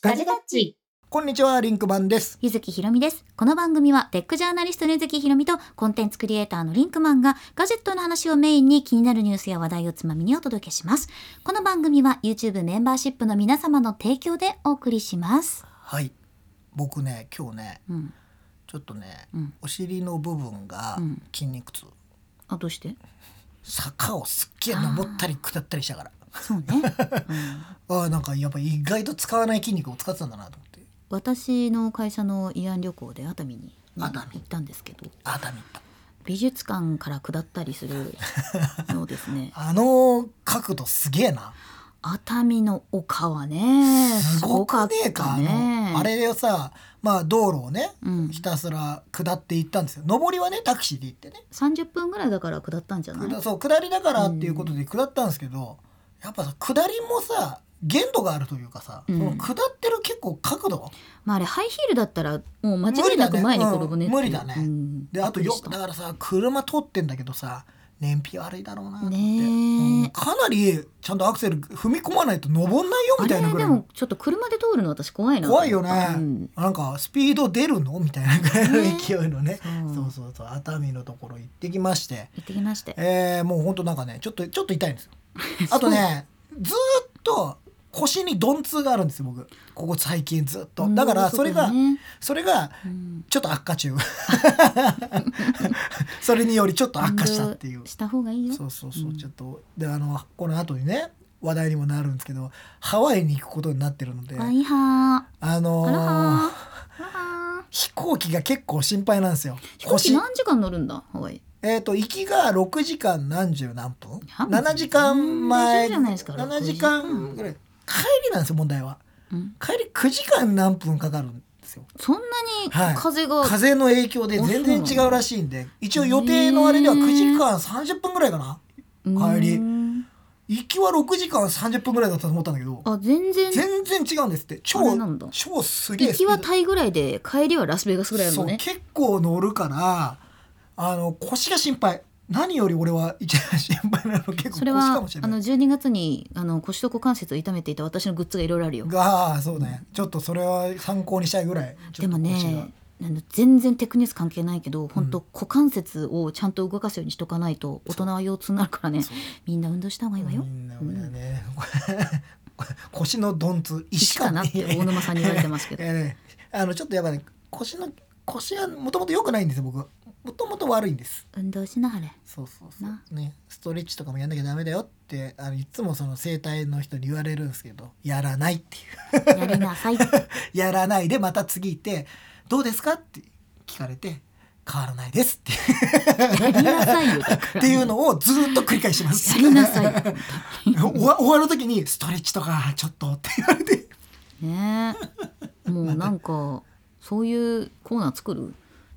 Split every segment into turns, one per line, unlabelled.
ガジェタッチ。
こんにちは、リンク版です。
ゆずきひろみです。この番組はテックジャーナリストのゆずきひろみとコンテンツクリエイターのリンクマンがガジェットの話をメインに気になるニュースや話題をつまみにお届けします。この番組は YouTube メンバーシップの皆様の提供でお送りします。
はい。僕ね、今日ね、
うん。
ちょっとね、
うん
お尻の部分が
うん
筋肉痛。
あ、どうして
坂をすっげえ登ったり下ったりしたから。
そうね。うん
ああー、なんかやっぱ意外と使わない筋肉を使ってたんだなと思って。
私の会社の慰安旅行で熱海にね
熱海
行ったんですけど
熱海行った。
美術館から下ったりするのをですね
あの角度すげえな。
熱海の丘はね
すごくねえか。
すごったね
あのあれをさ、まあ道路をね、
うん
ひたすら下っていったんですよ。上りはね、タクシーで行ってね。
30分ぐらいだから下ったんじゃない
下そう下りだからっていうことで下ったんですけど、やっぱさ下りもさ限度があるというかさ、
うん
その下ってる結構角度
まああれハイヒールだったらもう間違いなく前に転ぶねっていう
無理だねうん無理だね
うん
であと
びっ
よ
くりした
だからさ車通ってんだけどさ燃費悪いだろうなと思って、
ねえ
うんかなりちゃんとアクセル踏み込まないと登んないよみたいな
あ
ぐ
れ
ら
で
いの
もちょっと車で通るの私怖いなと思っ
怖
た
いよね、
うん
なんかスピード出るのみたいなぐらいの
ね
勢いのね
そう
そうそうそう熱海のところ行ってきまして
行ってきまして
えー、もうほんとなんかねちょっとちょっと痛い んですよあとねずーっと腰に鈍痛があるんですよ僕ここ最近ずっとだからそれが、
うん
それが
うん
ちょっと悪 化中それによりちょっと悪化したってい
運
う
動した方がいいよ
そうそうそう、
うん
ちょっとであのこの後にね話題にもなるんですけどハワイに行くことになってるので
あいは
あ
ー
のー
あらはーあ らはー
飛行機が結構心配なんですよ
飛行機何時間乗るんだハワイ
えー、と行きが6時間何十何分
半分
7時間
大丈夫
前
じゃないですか
7
6
時
時
間
間
ぐらい帰りなんですよ問題は
うん
帰り9時間何分かかるんですよ
そんなに風が
風の影響で全然違うらしいんで一応予定のあれでは
へー
9時間30分ぐらいかな
うん
帰り行きは6時間30分ぐらいだったと思ったんだけど
あ全然
全然違うんですって超
あれなんだ
超すげえ
行
スピ
き
ード
はタイぐらいで帰りはラスベガスぐらい
そ
の
う
ね
結構乗るからあの腰が心配何より俺は一番心配なの結構
それ
腰か
は
もしれ
あ
な
の
い
12月にあの腰と股関節を痛めていた私のグッズがいろいろあるよ
がそうねちょっとそれは参考にしたいぐらいちょ
で
っと
も
腰が
ねあの全然テクニス関係ないけど本当、股関節をちゃんと動かすようにしとかないと大人は腰痛になるからね
そう
みんな運動した方がいいわよ
みんな 俺はね、腰の鈍痛石
石
か
かなって大沼さんに言われてますけ ど
いやねあのちょっとやっぱね腰の腰はもともと良くないんですよ僕はもともと悪いんです
運動しなはれ
そうそうそ
な
うねストレッチとかもやんなきゃダメだよってあのいつもその整体の人に言われるんですけどやらないっていう
やりなさい
やらないでまた次行って「どうですか?」って聞かれて「変わらないです」っていう
やりなさいよだから
っていうのをずっと繰り返してま
や
す
りなさいよ
終わ終わる時に「ストレッチとかちょっと」って言われて
ねえもうなんかそういうコーナー作る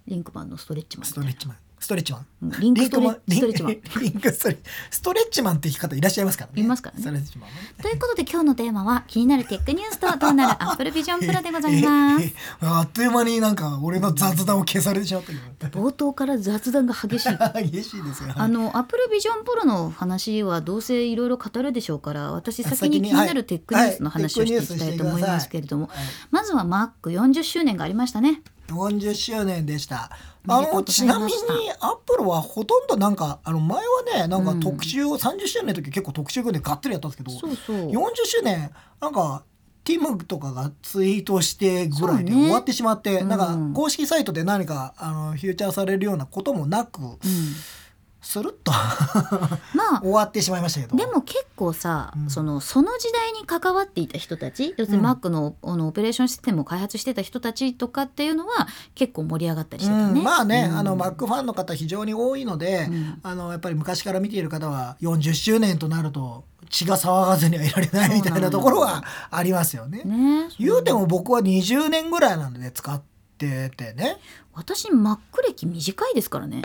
リンクマンのストレッチマン
ス
み
ト
た
レ
い
ッチマンストレッチマン
なリンクストレッ
リ
ス
ン
トレッ
ク
チマン
リンクストレッチストレッチマンっていう方いらっしゃいますからね
いますからね
ストレッチマンもね
ということで今日のテーマは気になるテックニュースとどう なるアップルビジョンプロでございま
え
す
えあっという間になんか俺の雑談を消されてしまったけ
冒頭から雑談が激しい
ど激しいですよ
あのアップルビジョンプロの話はどうせいろいろ語るでしょうから私先
先
に
に
気に
は
ないるテックニュースの話をしていきたいと思いますけれども、
はい
まずは Mac40 周年がありましたね
40周年でした。
お
あ
めでと
の
うござ
ち
いま
なみに
した
アップルはほとんどなんかあの前はねなんか
うん
特集を、30周年の時結構特集組んでがっつりやったんですけど
そうそう
40周年なんかティムとかがツイートしてぐらいで
そうね
終わってしまって、
うん
なんか公式サイトで何かあのフューチャーされるようなこともなく
うん、
スルッと
まあ
終わってしまいましたけど
でも結構さ、
うん
そのその時代に関わっていた人たち要するに
うん
Mac の,、あのオペレーションシステムを開発してた人たちとかっていうのは結構盛り上がったりしてたね。
うん、まあね、
うん
あの Mac ファンの方非常に多いので、
うん
あのやっぱり昔から見ている方は40周年となると血が騒がずにはいられないみたいなところはありますよね。
ね
言うても僕は20年ぐらいなので使っててね。
私 Mac 歴短いですからね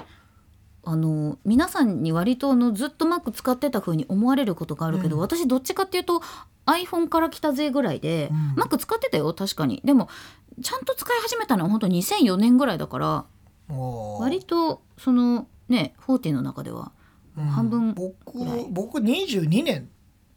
あの皆さんに割とあのずっと Mac 使ってた風に思われることがあるけど、
うん
私どっちかっていうと iPhone から来たぜぐらいで、
うん
Mac 使ってたよ確かにでもちゃんと使い始めたのは本当2004年ぐらいだから
もう
割とそのね40の中では
うん
半分
僕
ぐらい
僕22年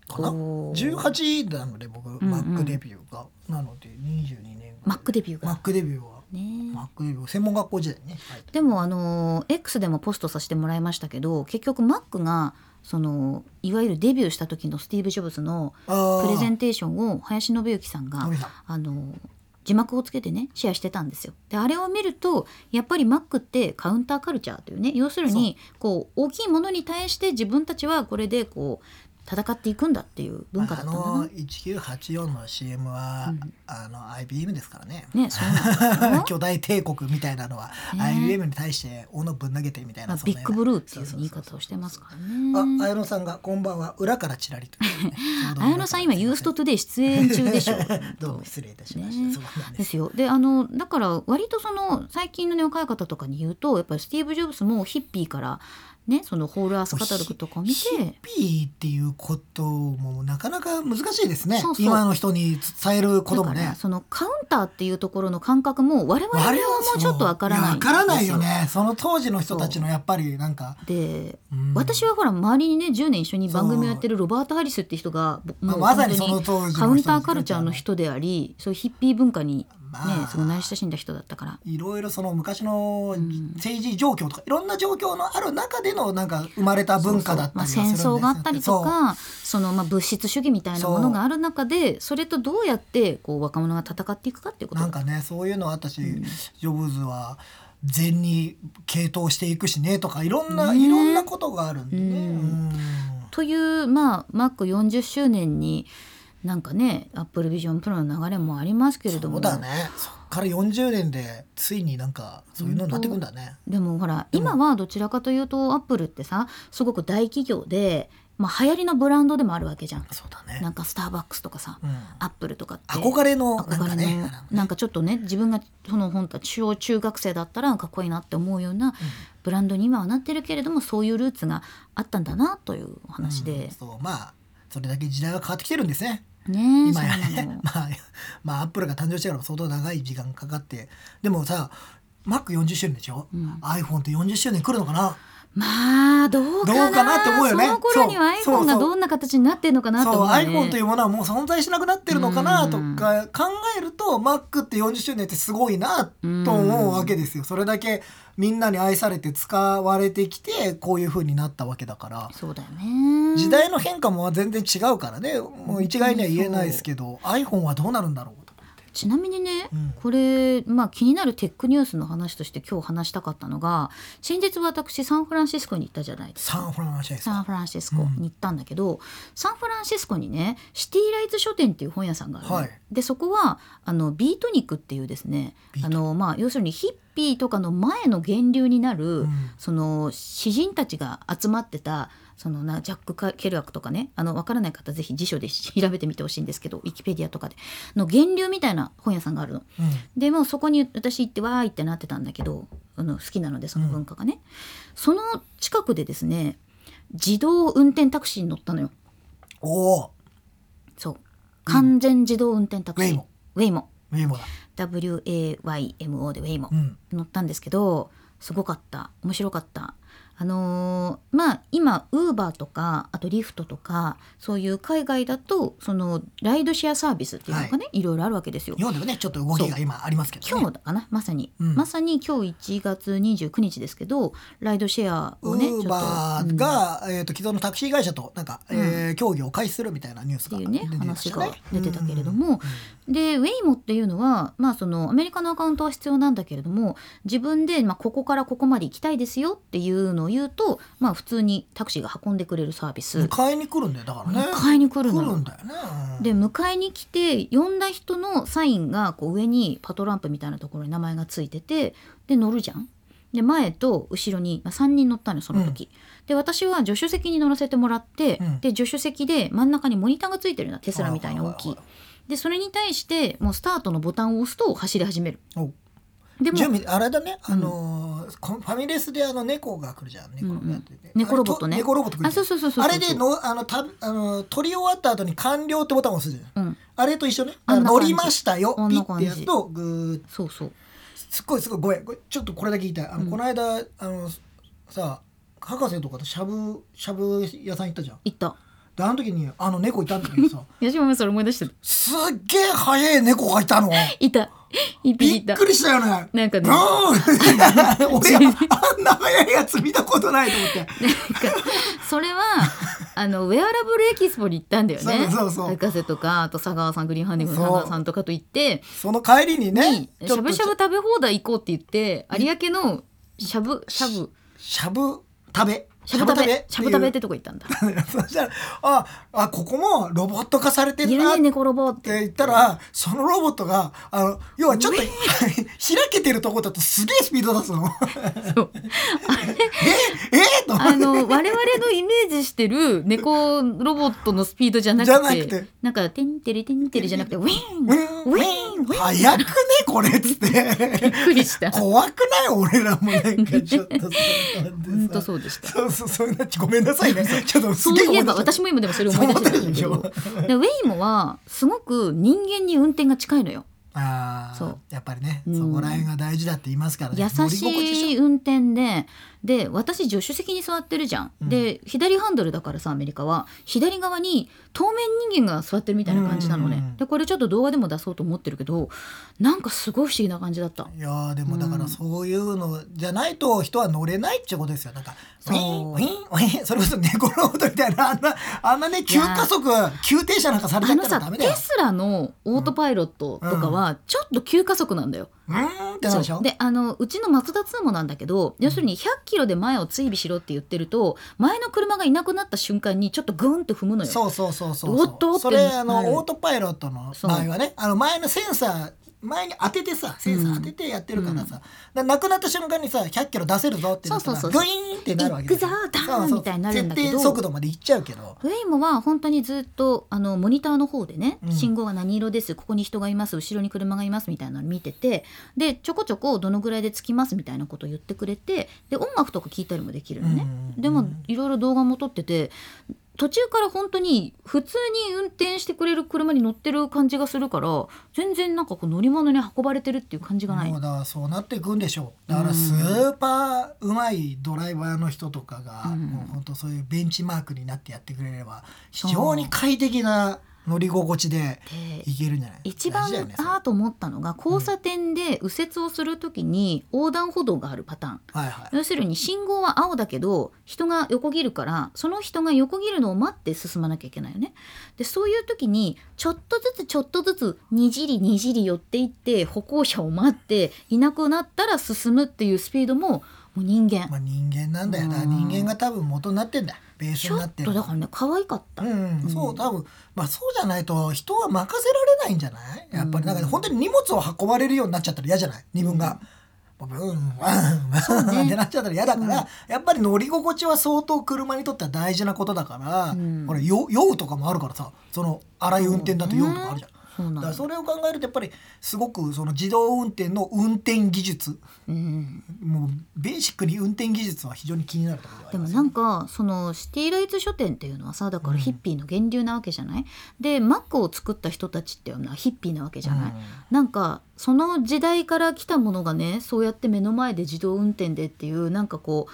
かな
こう
18なので僕、
んうん
Mac デビューがなので22年後
マックデビュー
マッ
が。
クデビューは
ね
マックデビュー専門学校時代ね、はい
でもあの X でもポストさせてもらいましたけど結局マックがそのいわゆるデビューした時のスティーブ・ジョブズの
あー
プレゼンテーションを林信之さんが
伸びた
あの字幕をつけてねシェアしてたんですよ。であれを見るとやっぱりマックってカウンターカルチャーというね要するにこう大きいものに対して自分たちはこれでこう戦っていくんだっていう文化だったんだ
あの
な。
1984の CM は、
うん
あの IBM ですからね
ねそうなんですよ
巨大帝国みたいなのは、
ね
IBM に対して斧ぶん投げてみたい
ま
な
あ、
そん
ビ
な
ッ
よ
グ
うな
ブルーっていう
そうそうそうそう
言い方をしてますから
あ
ね。
綾野さんがこんばんは裏からチラ リと、ね、
綾野さん今ユーストトゥデイ出演中でしょ
どうも失礼いたしました、
ね
そうなん
で
です
すよであのだから割とその最近のね若い方とかに言うとやっぱりスティーブ・ジョブズもヒッピーからねそのホールアースカタログとかを見て
ヒッピーっていうこともなかなか難しいですね
そうそう
今の人に伝えることも
だから
ね
そのカウンターっていうところの感覚も我々にはもうちょっとわからないん
わ
ですよ
からないよねその当時の人たちのやっぱりなんか、
で
うん
私はほら周りにね10年一緒に番組をやってるロバート・ハリスって人がもう
まあまさに
本当
その当時の人
カウンターカルチャーの人でありそういうヒッピー文化にね
まあ
すごい慣れ親しんだ人だったから
いろいろその昔の
ん
政治状況とか、いろんな状況のある中でのなんか生まれた文化だったりはす
そ
る
うんそうまあ、戦
ですよ
争があったりと
そう
かその、まあ、物質主義みたいなものがある中でそれとどうやってこう若者が戦っていくかっていうこと
なんかねそういうのあったし、ジョブズは禅に傾倒していくしねとかいろんな、
ね
いろんなことがあるんでね。
うん
うん
という、まあ、マック40周年になんかねアップルビジョンプロの流れもありますけれど
そ
も
うだねそっから40年でついになんかそういうのになってくんだね。
でもほら今はどちらかというとアップルってさすごく大企業で、まあ、流行りのブランドでもあるわけじゃん。
そうだ
な
ね、
んかスターバックスとかさ、
うん、
アップルとかって
憧れのなん
憧
か
れ
ね
のなんかちょっとね自分がその本当は小中学生だったらかっこいいなって思うようなブランドに今はなってるけれどもそういうルーツがあったんだなというお話
うん
で、
そうまあそれだけ時代が変わってきてるんですね。
ねえ
今や
そうな
ね
の
まあまあアップルが誕生してからも相当長い時間かかってでもさ Mac40 周年でしょ、iPhone って40周年来るのかな
まあどうかな
どうかなって思うよね
その頃には
そうそう
iPhone
そ
が
う
どんな形になってるのかなと
そう
思う、ね、
iPhone というものはもう存在しなくなってるのかなと
うん
か考えると Mac って40周年ってすごいなと思うわけですよそれだけみんなに愛されて使われてきてこういう風になったわけだから
そうだよね
時代の変化も全然違うからねもう一概には言えないですけど iPhone はどうなるんだろうと。
ちなみにね、
うん
これ、まあ、気になるテックニュースの話として今日話したかったのが先日私サンフランシスコに行ったじゃないですか
サンフランシスコ
サンフランシスコに行ったんだけど、サンフランシスコにねシティライツ書店っていう本屋さんがあるの、
はい
でそこはあのビートニックっていうですね
ビート
あ
ニッ
の、まあ、要するにヒッピーとかの前の源流になる、
うん
その詩人たちが集まってたそのなジャック・ケルアクとかねあの分からない方ぜひ辞書で調べてみてほしいんですけどウィキペディアとかでの源流みたいな本屋さんがあるの。
うん
でもうそこに私行ってわーいってなってたんだけどあの好きなのでその文化がね、その近くでですね自動運転タクシーに乗ったのよ
おお
そう完全自動運転タクシー、
ウェイモ
ウェイモ
ウェイボだ。
WAYMO でウェイモ、
うん。
乗ったんですけどすごかった面白かったあのーまあ今ウーバーとかあとリフトとかそういう海外だとそのライドシェアサービスっていうのがね、い、ろいろあるわけですよ
日本でもねちょっと動きが今ありますけど、ね。
今日だかなまさに、
うん
まさに今日1月29日ですけどライドシェアをねちょっ
ウ
と
ーバーが、えー、と既存のタクシー会社となんか、えー協議を開始するみたいなニュース
って
が
いうね
出てま
話
した
が
ね
出てたけれど、も、でウェイモっていうのは、まあ、そのアメリカのアカウントは必要なんだけれども自分で、まあ、ここからここまで行きたいですよっていうのを言うと、まあ、普通にタクシーが運んでくれるサービス、
うん迎えに来るんだよだからね
迎えに来るの
来るんだよね、うん
で迎えに来て呼んだ人のサインがこう上にパトランプみたいなところに名前がついててで乗るじゃん。で前と後ろにまあ3人乗ったのよその時、で私は助手席に乗らせてもらって、
うん
で助手席で真ん中にモニターがついてるのテスラみたいな大き
はい
い
はい
でそれに対してもうスタートのボタンを押すと走り始める
お
でも
準備あれだね、あのーこファミレスであの猫が来るじゃん猫,、
うんうん猫ロボットね
あれと猫ロボット来るじゃん
あそうそうそうそう
あれでのあのたあの取り終わった後に完了ってボタンを押すじゃん、
うん
あれと一緒ね
あんな感
乗
じ
りましたよ
あん
ピ
な
ッ
感
て
じ
やつとグーッ
そうそう
すっごいすごいごめんこれちょっとこれだけ言いたいあの、この間あのさ博士とかとしゃぶしゃぶ屋さん行ったじゃん
行った
であの時にあの猫いたんだけど さ
吉本それ思い出してた
すっげえ速い猫がい たの
いたいた
び
い
ったくりしたよね
なんかね
ブーン 俺あんな速いやつ見たことないと思って
それはあのウェアラブルエキスポに行ったんだよね
そうそうそう
博士とかあと佐川さんグリーンハンディングの佐川さんとかと行って
その帰りにね
にしゃぶしゃぶ
ちょっと
食べ放題行こうって言って有明のしゃぶしゃぶ
しゃぶ食べ
しゃぶ食
ていう
べしゃぶ食べってとこ行ったん だ
そしたらああここもロボット化されて
い
る
る
なっ
ね猫ロボっ
ってて言ったらそのロボットがあの要はちょっと 開けてるとこだとすげえスピード出すの
そう
ええと思っ
あ
て
の我々のイメージしてる猫ロボットのスピードじゃなくて
じゃなくて
なんか「てんてれてんてれ」じゃなくて「ウィーンウィーン
うん
ウィーン」
早くねこれっつって
びっくりした
怖くない俺らもなんかちょっとそ
本当
う
そうでした
そうそうそういうなっちごめんなさいねちょっとす
そう
げえ
いえ
思
ば
出し
私も今でもそれ思い出してたんだけ
そ
ど
う思っ
でウェイモはすごく人間に運転が近いのよ
たあ
そ
あ
う
やっぱりね
うん
そこら辺が大事だって言いますからね
優しい運転でで私助手席に座ってるじゃん、
うん
で左ハンドルだからさアメリカは左側に透明人間が座ってるみたいな感じなのね、
うん
でこれちょっと動画でも出そうと思ってるけどなんかすごい不思議な感じだった
いやーでもだか
うん
らそういうのじゃないと人は乗れないってことですよなんかウ
そう
ィーンウィーンウィーン それこそ猫ロボットみたいなあんなあんなね急加速急停車なんかされちゃ
あ
っ
の
たらダ
さ
メだ
テ
よ
スラのオートパイロットとかはちょっと急加速なんだよ、
うーんってなるでし
そ
ょ
うであのうちのマツダ2もなんだけど要するに100キロで前を追尾しろって言ってると前の車がいなくなった瞬間にちょっとグーンと踏むのよ。
そうそうそうそう
おっとって
それあ
なる
のオートパイロットの場合はねあの前のセンサー前に当ててさセンサー当ててやってるからさ、だからなくなった瞬間にさ100キロ出せるぞってなったら
そうそう
グ
そ
イ
う
ーンってなるわけですよ
行くぞー
そう
ダーン
そう
みたいになるんだけど
設定速度までいっちゃうけど
ウェイモは本当にずっとあのモニターの方でね、
うん
信号が何色ですここに人がいます後ろに車がいますみたいなのを見ててでちょこちょこどのぐらいで着きますみたいなことを言ってくれてで音楽とか聞いたりもできるのね
うんうんう。ん
でもいろいろ動画も撮ってて途中から本当に普通に運転してくれる車に乗ってる感じがするから全然なんかこう乗り物に運ばれてるっていう感じがない
もうだからそうなっていくんでしょうだからスーパーうまいドライバーの人とかが、
うん
もう本当そういうベンチマークになってやってくれれば非常に快適な乗り心地で
で
いけるんじゃない
一
大
番
事だよねそれ
あーと思ったのが交差点で右折をするときに横断歩道があるパターン
はいはい
要するに信号は青だけど人が横切るからその人が横切るのを待って進まなきゃいけないよね。でそういう時にちょっとずつちょっとずつにじりにじり寄っていって歩行者を待っていなくなったら進むっていうスピードももう人間、
まあ人間なんだよだから
うん
人間が多分元になってんだよベース
ち
に
ょ
なっ
ってと
る
だからね可愛かった。
うん
う
うんん、そう多分まあそうじゃないと人は任せられないんじゃないやっぱりなんか本当に荷物を運ばれるようになっちゃったら嫌じゃない自分が。ブンワンワン ってなっちゃったら嫌だから、やっぱり乗り心地は相当車にとっては大事なことだから、
うん
ほら酔酔うとかもあるからさその荒い運転だと酔うとかあるじゃん。
そう
だ
な
か
ん
ら
だ。
それを考えるとやっぱりすごくその自動運転の運転技術
うん
もうベーシックに運転技術は非常に気になるところがあ
で
り
も
ます
なんかそのシティライツ書店っていうのはさだから
うん
ヒッピーの源流なわけじゃない、でマックを作った人たちっていうのはヒッピーなわけじゃない、
うん
なんかその時代から来たものがねそうやって目の前で自動運転でっていうなんかこう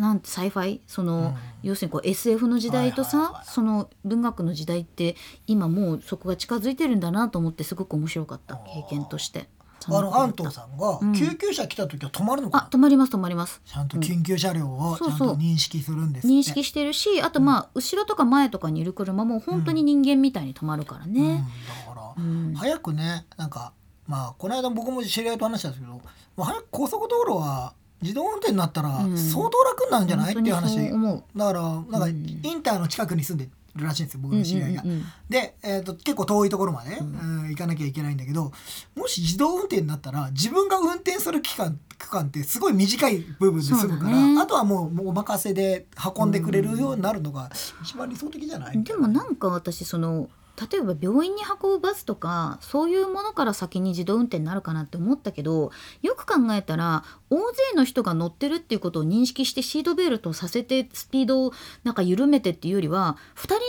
なんてサイファイその、
うん
要するにこう SF の時代とさ、
はいはいはい
その文学の時代って今もうそこが近づいてるんだなと思ってすごく面白かった経験として。
あの安藤さんが
うん
救急車来た時は止まるのかな
あ、止まります止まります
ちゃんと緊急車両をち
そう
ゃん
そう
と認識するんですって
認識してるしあとまあ後ろとか前とかにいる車も本当に人間みたいに止まるから
うん、
ね。
だか
う
ら、
ん
早くねなんかまあこの間僕も知り合いと話したんですけど、まあ、早く高速道路は自動運転になったら
うん
相当楽になるんじゃない、っていう
本
話
当にそう
だ
思う
からなんか
う
イ
ん
ンターの近くに住んでるらしいんですよ僕
うんう
の
ん
知り合いが。
うんうん
で、えー、と結構遠いところまで、
う
うん行かなきゃいけないんだけどもし自動運転になったら自分が運転する期間区間ってすごい短い部分で済むから、
そうだね
あとはもうもうお任せで運んでくれるようになるのが一番理想的じゃない、
でもなんか私その例えば病院に運ぶバスとかそういうものから先に自動運転になるかなって思ったけどよく考えたら大勢の人が乗ってるっていうことを認識してシートベルトをさせてスピードをなんか緩めてっていうよりは2人乗り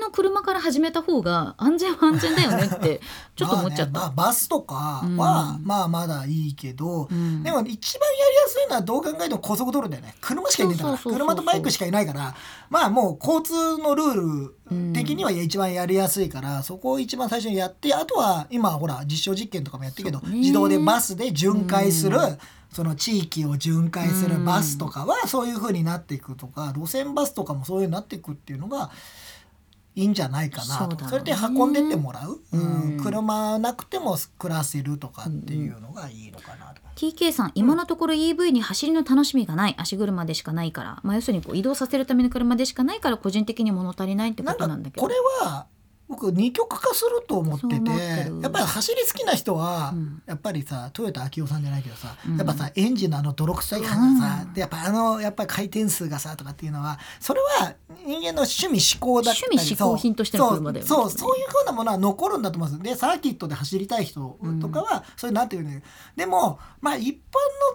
の車から始めた方が安全は安全だよねって ちょっと思っちゃった。
まあねまあバスとかは、
うん
まあまだいいけど、
うん
でも一番やりやすいのはどう考えても高速道路だよね車しかいないんだから
そうそうそうそう
車とバイクしかいないからまあもう交通のルール的には一番やりやすいから、そこを一番最初にやってあとは今ほら実証実験とかもやってるけど、
そうね
自動でバスで巡回する、
う
その地域を巡回す
う
る
ん
バスとかはそういう風になっていくとか路線バスとかもそういう風になっていくっていうのがいいんじゃないかな
そう
と
だ
そ,、
ね
れで運んでってもらう、うん
うん
車なくても暮らせるとかっていうのがいいのかなと、
TK さん今のところ EV に走りの楽しみがない足車でしかないから、まあ、要するにこう移動させるための車でしかないから個人的に物足りないってこ
なん
と
か
なんだけど
これは僕二極化すると思って
そ
て
う思ってる
やっぱり走り好きな人は、
うん
やっぱりさ豊田昭夫さんじゃないけどさ、
うん
やっぱさエンジンのあの泥臭い感じがさ、
うん
でやっぱあのやっぱり回転数がさとかっていうのはそれは人間の趣味思考だったり
趣味嗜好品としての車だよね
そう
きっ
そう
とね
そういうふうなものは残るんだと思うんですよでサーキットで走りたい人とかは、そういうなんていうねでもまあ一般の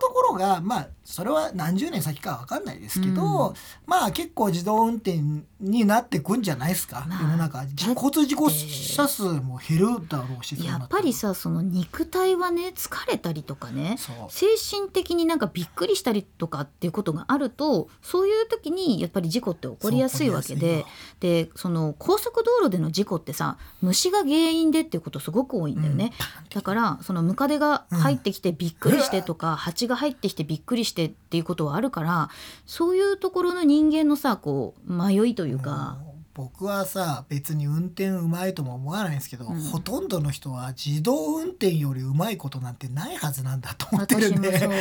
ところがまあそれは何十年先かは分かんないですけど、
うん
まあ結構自動運転になってくんじゃないですか、
まあ
世の中
だって
交通事故者数も減るだろうしそうな
や
たら
っぱりさその肉体はね疲れたりとかね
そう
精神的になんかびっくりしたりとかっていうことがあるとそういう時にやっぱり事故って起こりやすいわけ
そう起
で
こ
でその高速道路での事故ってさ虫が原因でっていうことすごく多いんだよね、だからそのムカデが入ってきてびっくりしてとか、蜂が入ってきてびっくりしてっていうことはあるからそういうところの人間のさこう迷いというか、
もう僕はさ別に運転うまいとも思わないんですけど、
うん
ほとんどの人は自動運転よりうまいことなんてないはずなんだと思ってる
私
ん
もそう
で
思う。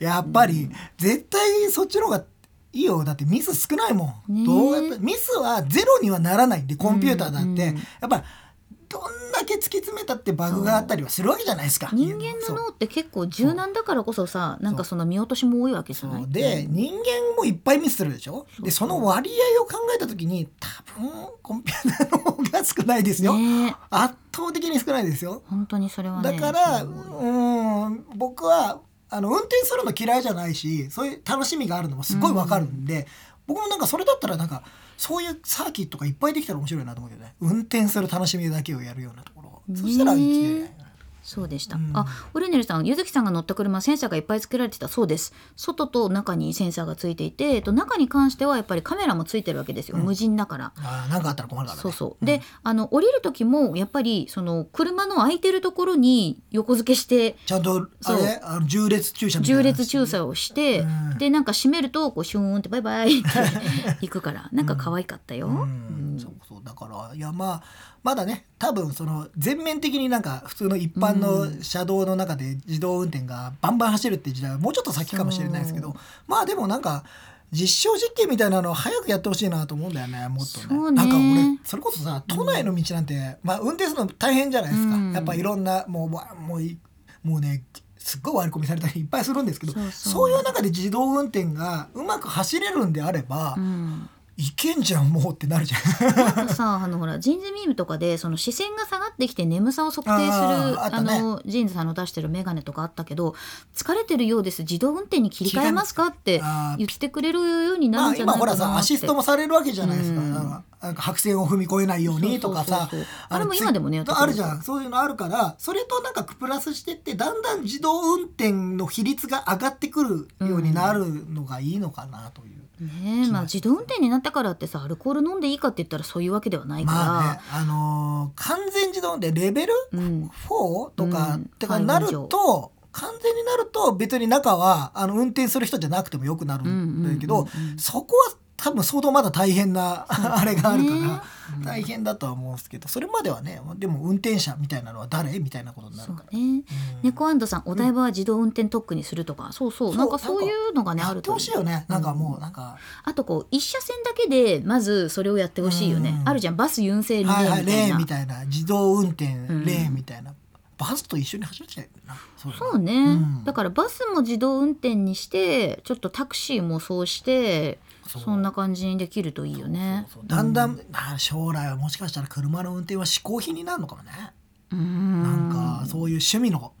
やっぱ
う
り
ん
絶対そっちの方がいいよだってミス少ないもん、
ねえ
どうやってミスはゼロにはならないんでコンピューターだっ
う
て、
んうん
やっぱどんだけ突き詰めたってバグがあったりはするわけじゃないですか
人間
そう
の脳って結構柔軟だからこそさなんかその見落としも多いわけじゃ
そ
ないう
で人間もいっぱいミスするでしょ
そう
でその割合を考えた時に多分コンピューターの方が少ないですよ、
ねえ
圧倒的に少ないですよ
本当にそれはね
だから
そうう思う
ーん僕はあの運転するの嫌いじゃないしそういう楽しみがあるのもすごいわかるんで、僕もなんかそれだったらなんかそういうサーキットがいっぱいできたら面白いなと思うけどね運転する楽しみだけをやるようなところ、
ね
そしたら生きてるね
そうでした、
うん
あオレネルさんゆずきさんが乗った車センサーがいっぱいつけられてたそうです外と中にセンサーがついていて、えっと、中に関してはやっぱりカメラもついてるわけですよ、
うん
無人だから。
あーなんかあったら困るからね
そうそう、
ん
であの降りる時もやっぱりその車の空いてるところに横付けして
ちゃんとあ
そう
れあの重列駐車みたいな
重列駐車をして、
うん
でなんか閉めるとこうシューンってバイバイって行くからなんか可愛かったよ。
うん
うん
そうそうだからいやまあまだね多分その全面的になんか普通の一般
うん
の車道の中で自動運転がバンバン走るって時代はもうちょっと先かもしれないですけ
そう
どまあでもなんか実証実験みたいなのを早くやってほしいなと思うんだよねもっとね
そうね
なんか俺それこそさ都内の道なんて、まあ運転するの大変じゃないですか、
うん
やっぱいろんなもうわもういもうねすっごい割り込みされたりいっぱいするんですけど
そ
そうう
そう
いう中で自動運転がうまく走れるんであれば、
うん
いけんじゃんもうってなるじゃん。
なんかさ あのほらジーンズビームとかでその視線が下がってきて眠さを測定する
あー
あ
あったね
のジーンズさんの出してるメガネとかあったけど疲れてるようです自動運転に切り替えますかって
あー
言ってくれるようにな
ま
るん
あ
じゃな
今
い
ほ
からな
さ
っ
アシス
て
ト。もされるわけじゃないですか,、
うん
なんか白線を踏み越えないようにとかさ
そうそうそうそう
の
あれも
ツイ
今でもねやってくれる
あるじゃんそういうのあるからそれとなんかプラスしてってだんだん自動運転の比率が上がってくるようになるのがいいのかなという、
ねえまあ自動運転になったからってさアルコール飲んでいいかって言ったらそういうわけではないから。
まあねあのー完全自動運転レベル
うん、
4とか、
うん
ってかなると完全になると別に中はあの運転する人じゃなくてもよくなるんだけど、
うんうんうんうん
そこは多分相当まだ大変なあれがあるか
ね
ら大変だとは思うんですけどそれまではねでも運転者みたいなのは誰みたいなことにな
そ
る
う
から。
ね。
うん
猫アンドさん、お台場は自動運転特区にするとか、そうそう、
そう
なんかそういうのがね、
や
あ
っ
る
て
と
ほしいよね、なんかもうなんか、
あとこう、一車線だけで、まずそれをやってほしいよね。
うん
あるじゃん、バス優勢レ
はい
ー
は
ン
い
みた
レ
い
ーン
な
み。たいな自動運転レ
ん
ーンみたいな、バスと一緒に走っちゃうよなそうだな
そうね、
うん
だからバスも自動運転にしてちょっとタクシーもそうして
そう
そんな感じにできるといいよね。
そうだんだん、あ将来はもしかしたら車の運転は嗜好品になるのかもね、
うん
なんかそういう趣味の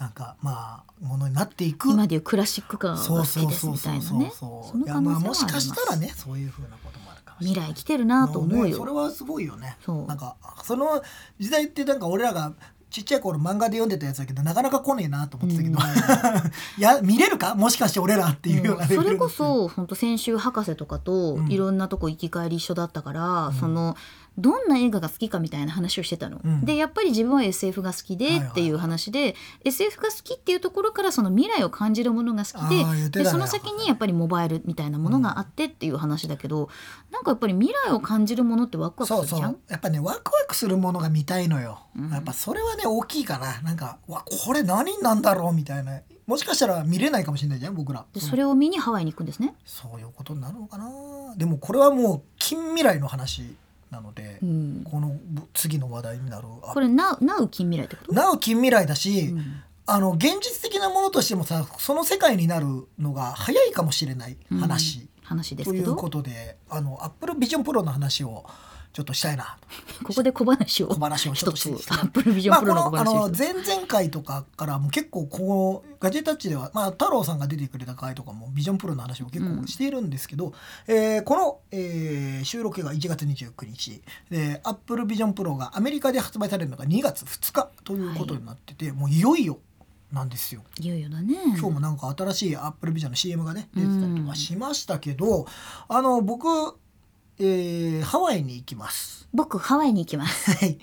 なんかまあものになっていく
今でいうクラシックカー
そ
が
う
好き
そう
です
そう
みた
そ
いうな
そう
ね。
そ
そうの
いや
可
ま
能
あ
性は
もし
ありま
か
す
したらねそういうふうなこともあるかもしれ
未
ない
来来てるなと思う
ねそれ
よ。
はすごいよね
そう
なんかその時代ってなんか俺らがちっちゃい頃漫画で読んでたやつだけどなかなか来ねえなと思ってたけど、 いや見れるかもしかして俺らっていうようなレベ
そ
ル
れこ
ですね
そ本当先週博士とかと
うん
いろんなとこ行き帰り一緒だったから、
うん
そのどんな映画が好きかみたいな話をしてたの。
うん
でやっぱり自分は SF が好きでっていう話で、SF が好きっていうところからその未来を感じるものが好きで
あー言ってたね
でその先にやっぱりモバイルみたいなものがあってっていう話だけど、なんかやっぱり未来を感じるものってワクワク
そう
す
そ
るじゃん
うやっぱねワクワクするものが見たいのよ、
うん
やっぱそれはね大きいかななんかわこれ何なんだろうみたいなもしかしたら見れないかもしれないじゃん僕ら
でそれを見にハワイに行くんですね。
そういうことになるのかなでもこれはもう近未来の話なので、
うん、
この次の話題になるあ
これななう近未来ってこと、
なお近未来だ
う
し、
ん
あの現実的なものとしてもさその世界になるのが早いかもしれない話、
話です
と
け
い
ど
う
こ
ことであのアップルビジョンプロの話をちょっとしたいな
こで小話を
小話をちょっと
一つ
していき
ア
たい
ップルビジ
ま
ョ
あ
ンプロの
こ
小
のあ
話を
の
一つ
前々回とかからも結構こうガジェタッチでは、まあ、太郎さんが出てくれた回とかもビジョンプロの話も結構しているんですけど、えーこの、えー収録が1月29日でアップルビジョンプロがアメリカで発売されるのが2月2日ということになってて、もういよいよなんですよ。
いよいよだね
今日もなんか新しいアップルビジョンの CM がね出てたりとかしましたけど、あの僕、えーハワイに行きます。
僕ハワイに行きます
はい、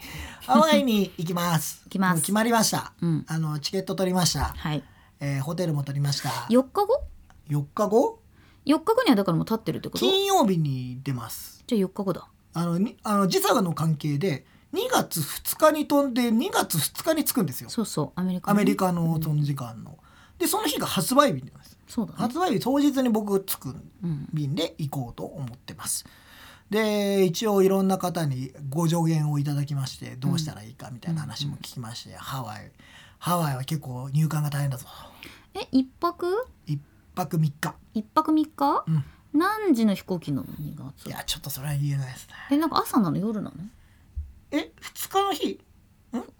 ハワイに行きます。
行きます
もう決まりました。
うん
あのチケット取りました、
はい
えーホテルも取りました。
4日後
4日後
4日後にはだからもう立ってるってことじ
金曜日に出ます。
ゃあ4日後だ
あのにあの時差の関係で2月2日に飛んで2月2日に着くんですよ。
そうそうアメリカ
ア
ね、
メリカのその時間の。でその日が発売日なんです。
そうだね
発売日当日に僕着くん
うん
便で行こうと思ってます。で一応いろんな方にご助言をいただきましてどうしたらいいかみたいな話も聞きまして、ハワイハワイは結構入管が大変だぞ
え一泊
一泊三日、
一泊三日
うん、
何時の飛行機なの2
い
月
やちょっとそれは言えないですね
えなんか朝なの夜なの
え二日の日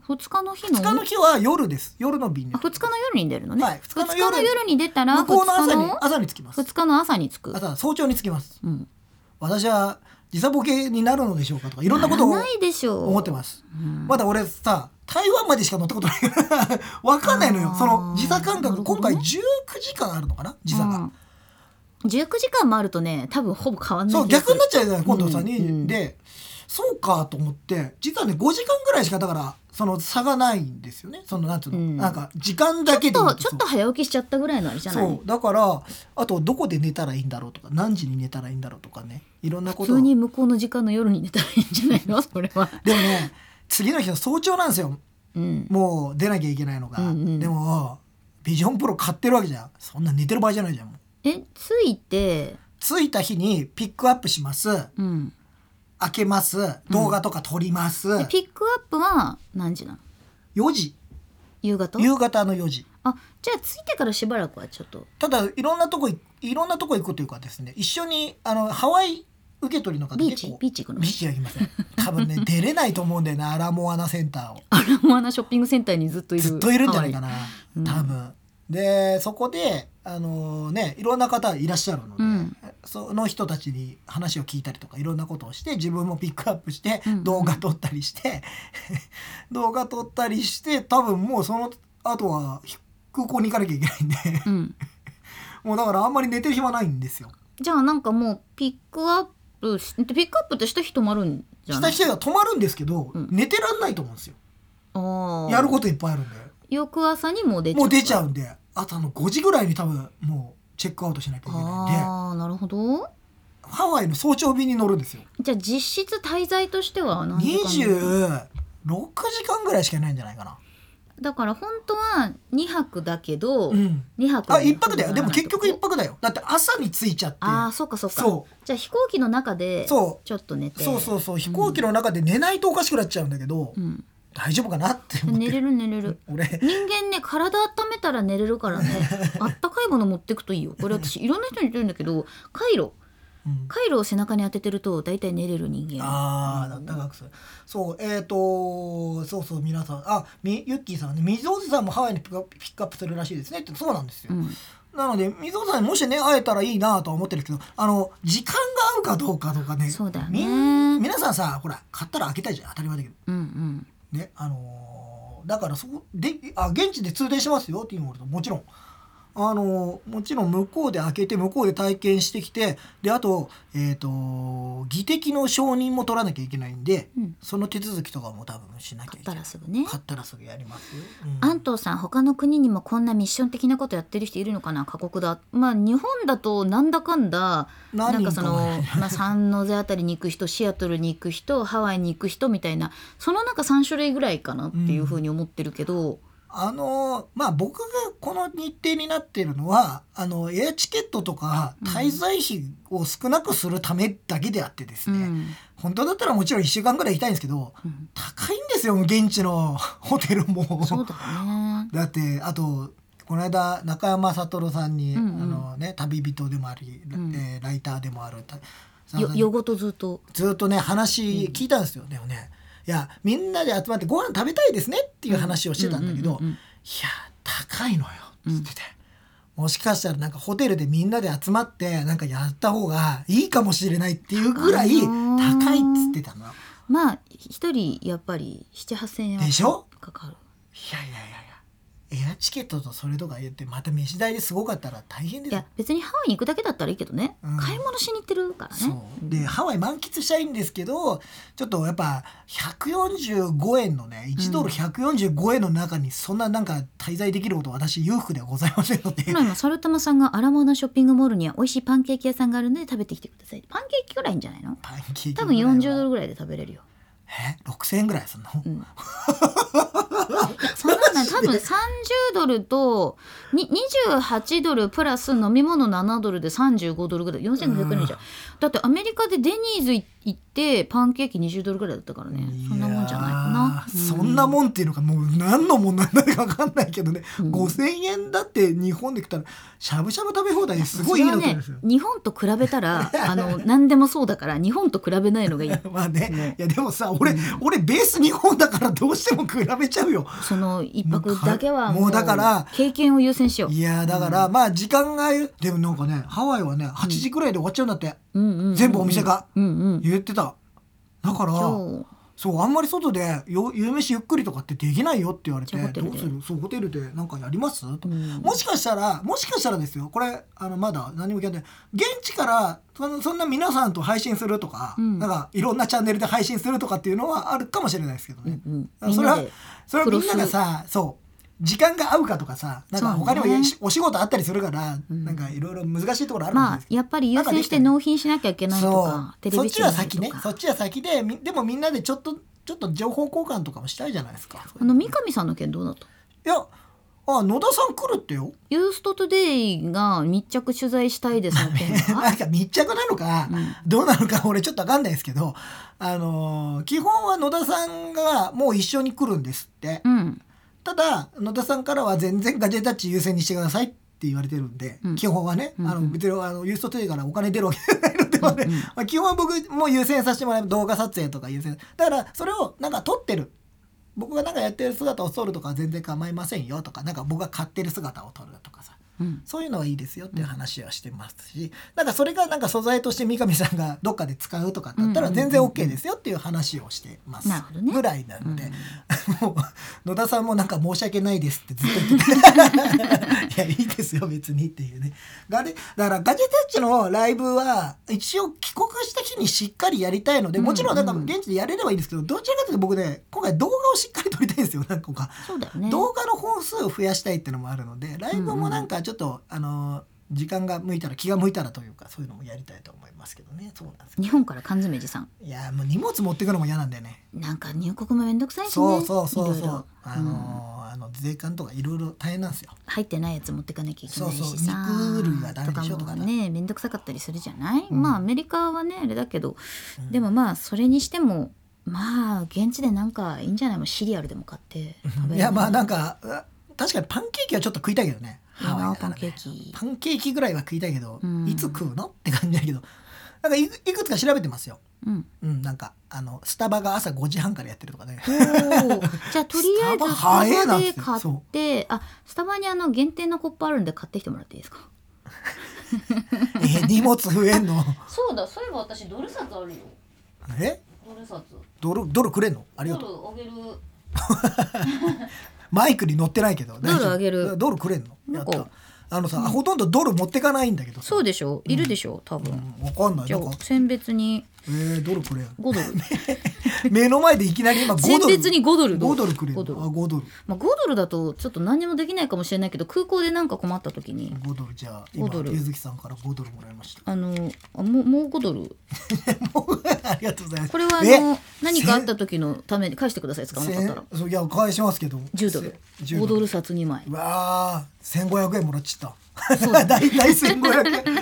2日の日の
二日の日は夜です夜の便で
あ2日の夜に出るのね、
はい
2
2
日
日の夜
の夜に出たら
向こうの朝
2日
に
の
朝に着きます
2日の朝に着く、
朝早朝に着きます
うん、
私は時差ボケになるのでしょうかとかいろんなことを
ならないでしょう
思ってます
うん
まだ俺さ台湾までしか乗ったことないから わかんないの
あ
よ
ー
その時差感
なる
覚
ほど
今
ね
回19時間あるのかな時差が、
うん、19時間もあるとね多分ほぼ変わんない
そう逆になっちゃうじゃない今度
う
さ
ん
人、
うん
でそうかと思って実はね5時間ぐらいしかだからその差がないんですよねそのなんつうの、
うん
なんか時間だけ
ち
で
ょ
言
っ
う
とちょっと
そう
早起きしちゃったぐらいのあれじゃない
そうだからあとどこで寝たらいいんだろうとか何時に寝たらいいんだろうとかねいろんなこ
普
とを
通に向こうの時間の夜に寝たらいいんじゃないの それは。
でもね次の日の早朝なんですよ
うん、
もう出なきゃいけないのが、
うんうん
でもビジョンプロ買ってるわけじゃんそんな寝てる場合じゃないじゃんもう
え着いて、
着いた日にピックアップします
うん、
開けます動画とか撮ります、
でピックアップは何時なの
4時
夕方
夕方の4時
あじゃあ着いてからしばらくはちょっと
ただいろんなとこいいろんなとこ行くというかですね一緒にあのハワイ受け取りの方
ビーチ
結構
ビーチ行くの
ビ ーチは行きません多分ね出れないと思うんだよなアラモアナセンターを
アラモアナショッピングセンターにずっといる
ずっといるんじゃないか
な
な
うん
多分でそこであのねいろんな方いらっしゃるので、
うん
その人たちに話を聞いたりとかいろんなことをして自分もピックアップして
うん
動画撮ったりして、 動画撮ったりして多分もうその後は空港に行かなきゃいけないんで
うん、
もうだからあんまり寝てる暇ないんですよ。
じゃあなんかもうピックアップしピックアップってした人もあるんじゃ
し
な
た
い
人が泊まるんですけど、
うん
寝てらんないと思うんですよ。
ああ
やることいっぱいあるんで
翌朝にもう出ちゃう
もう出ちゃうんで朝の5時ぐらいに多分もうチェックアウトしなきゃいけないんで。
ああなるほど
ハワイの早朝便に乗るんですよ。
じゃあ実質滞在としては何時
二十
間ぐらい
六時間ぐらいしかいないんじゃないかな。
だから本当は2泊だけど、
うん。
二2泊
あ、
に
一泊だよ。でも結局一泊だよ。だって朝に着いちゃって。
ああそうかそうか
そ
じゃあ飛行機の中で
そう
ちょっと寝て
そう
う、
そうそう。飛行機の中で寝ないとおかしくなっちゃうんだけど、
ん、
大丈夫かなって思っ
寝れ
て。
る寝れる
俺。
人間ね体温めたら寝 れるからねあったかいもの持ってくといいよこれ私いろんな人に言ってるんだけどカイロ
うん
カイロを背中に当ててると大体寝れる人間
ああ、長くする。そう、えっ、と、そうそう、皆さん、あ、み、ゆっきーさんはね、水おじさんもハワイにピックアップピックアップするらしいですねって、そうなんですよ。
うん
なので、水おじさんにもしね、会えたらいいなとは思ってるけど、あの、時間が合うかどうかとかね。
そうだよ
み
ね
ん皆さんさ、ほら、買ったら開けたいじゃん、当たり前だけど。
うんうん
ね、あのーだからそこであ現地で通電しますよっていうのともちろん、あのーもちろん向こうで開けて向こうで体験してきてであと,、えー、と技的の承認も取らなきゃいけないんで、
うん
その手続きとかも多分しなきゃ
買っ
いけな
た
い
らすぐね
買ったらすぐやりますよ、うん
安藤さん他の国にもこんなミッション的なことやってる人いるのかな過酷だまあ日本だとなんだかんだなん
何
か
人
そ
か
の、
は
まあ、三ノ瀬あたりに行く人シアトルに行く人ハワイに行く人みたいなその中3種類ぐらいかなっていうふうに思ってるけど、
あのーまあ僕がこの日程になってるのはあのエアチケットとか滞在費を少なくするためだけであってです
う
ね、
ん
本当だったらもちろん1週間ぐらいいたいんですけど、
うん
高いんですよ現地の ホテルも
そうだね。
だってあとこの間中山悟さんに、
うんうん
あのね、旅人でもあり、
ん
えーライターでもあるた
よよごとずっと
ずっとね話聞いたんですよ、でもねいやみんなで集まってご飯食べたいですねっていう話をしてたんだけ
う
ど、
んうんうんうん
いや高いのよっつってて、もしかしたらなんかホテルでみんなで集まってなんかやった方がいいかもしれないっていうぐらい
高いなー
高いっつってたのよ。
まあ一人やっぱり7,8,000円は
でしょ
かかる。
いやいやいやいやエアチケットとそれとか言ってまた飯代ですごかったら大変で
い
すよ
や別にハワイに行くだけだったらいいけどね、
うん
買い物しに行ってるからね。
そうでハワイ満喫したいんですけどちょっとやっぱ145円のね1ドル145円の中にそんななんか滞在できること私裕福ではございませんので、
今今猿玉さんがアラモアナショッピングモールには美味しいパンケーキ屋さんがあるので食べてきてくださいパンケーキぐらいいいんじゃないの
パンケーキ
多分40ド
ル
ルぐらいで食べれるよ、
え6000円ぐらいすんの、
うん、いやそんなの多分30ドルとに28ドルプラス飲み物7ドルで35ドルぐらい4500円じゃんだってアメリカでデニーズ行ってパンケーキ20ドルぐらいだったからねそんなもんじゃないかな
やーそんな
う
もんっていうのかもう何のもんなんだか分かんないけどね、
うん
5,000円だって日本で来たらしゃぶしゃぶ食べ放題すごいいい
そ
の
れは
か
ね
ですよ。
日本と比べたらあの何でもそうだから日本と比べないのがいい
まあね
ね、
いやでもさ、俺、俺ベース日本だからどうしても比べちゃうよ。
その一泊だけは
もうだから
経験を優先しよう。
いやーだから、まあ時間がでもなんかね、ハワイはね、8時くらいで終わっちゃうんだって、
うんうんうん
全部お店が
うんうん。
言ってた。だから、
そう
そうあんまり外でよ夕飯ゆっくりとかってできないよって言われて、
じゃあホテル
ど
で
うする？そうホテルでなんかやります？と
うん
もしかしたらもしかしたらですよ。これあのまだ何も聞いてない。現地からそのそんな皆さんと配信するとか、
うん
なんかいろんなチャンネルで配信するとかっていうのはあるかもしれないですけどね。
うんうん。
あそれは
みんなで
それは
ク
み
ロ
ん
ス
ながさそう時間が合うかとかさなんか
そうね
他にもいしお仕事あったりするから、
ん
なんかいろいろ難しいところあるん
ま
で
あ
すけ
やっぱり優先して納品しなきゃいけ
ど、
ないとか、テ
そ
レ
うそっ
ビ
ち
中
は
断
先
と
ねそ
か。
っちは先でみでもみんなでちょっとちょっと情報交換とかもしたいじゃないですか
あの三上さんの件どうだった？
いやあ野田さん来るってよ
ユーストトゥデイが密着取材したいですの件
な
が。
んか密着なのか、どうなのか 俺ちょっと分かんないですけどあのー基本は野田さんがもう一緒に来るんですって
うん。
ただ野田さんからは全然ガジェタッチ優先にしてくださいって言われてるんで、
うん
基本はね、
うんうん
あの別にあのユーストテレからお金出るわけじゃないので、まあね
うんうん
まあ、基本は僕も優先させてもらえば動画撮影とか優先だからそれをなんか撮ってる僕がなんかやってる姿を撮るとかは全然構いませんよとかなんか僕が買ってる姿を撮るとかさ
うん。
そういうのはいいですよっていう話はしてますし、なんかそれがなんか素材として三上さんがどっかで使うとかだったら
うんうんうん
全然 OK ですよっていう話をしてます、
なるほどね
ぐらいなので、
うん
もう野田さんもなんか申し訳ないですってずっと 言ってていやいいですよ別にっていうねガレだからガジェタッチのライブは一応帰国した日にしっかりやりたいのでもちろんなんか
うんうん
現地でやれればいいんですけどどちらかというと僕ね今回動画をしっかり撮りたいんですよなんか
そうだよね。
動画の本数を増やしたいってのもあるのでライブもなんかちょっと、あの時間が向いたら気が向いたらというかそういうのもやりたいと思いますけどねそうなんですけど
日本から缶詰寺さん。
いやーもう荷物持ってくのも嫌なんだよね
なんか入国もめんどくさいしね。
そうそうそうそう
いろいろ
あのーあの税関とかいろいろ大変なんですよ
入ってないやつ持ってかなきゃいけないしさ
そうそう肉類はダメでしょとかね
もね面倒くさかったりするじゃない、
うん
まあアメリカはねあれだけど、
ん
でもまあそれにしてもまあ現地でなんかいいんじゃないもうシリアルでも買って食べる
いやまあなんかう確かにパンケーキはちょっと食いたいけどね
いいな
ハワイだからね
パンケーキ
パンケーキぐらいは食いたいけど
うん
いつ食うのって感じだけどなんかいくいくつか調べてますよ。
うん。
うん、なんかあのスタバが朝5時半からやってると かね。
おーじゃあとりあえず
スタバ
スタバ
早えな
で買ってあスタバにあの限定のコップあるんで買ってきてもらっていいですか
え荷物増えんの。
そうだそういえば私ドル札あるよ
え
ドル札
ドルドルくれんのあり
ド
が
ル
とう。
あげる
マイクに乗ってないけど。大丈夫
ドルあげる
ドルくれんの。や
な
っ
ん
た
か。
あのさ、ほとんどドル持ってかないんだけどさ。
そうでしょいるでしょ多分、
うんわかんない。
じゃ
なんか
あ選別に
えー、ドルくれん。
5ドル
目の前でいきなり今5
選
ドル。
別に5ドル
5ドルくれんの。
5ド
あ
ル
5ドル。
まあ、5ドルだとちょっと何にもできないかもしれないけど空港でなんか困った時に
5ドルじゃあ今
5ドル
ゆずきさんから5ドルもらいました。
あのあもうもう5ドル
ありがとうございます。
これはあ
え
の何かあった時のために返してください使わなかったら
せんそういや返しますけど
10ドル
せ10
5ドル札2枚
うわあ1500円もらっちゃ っただいたい1500円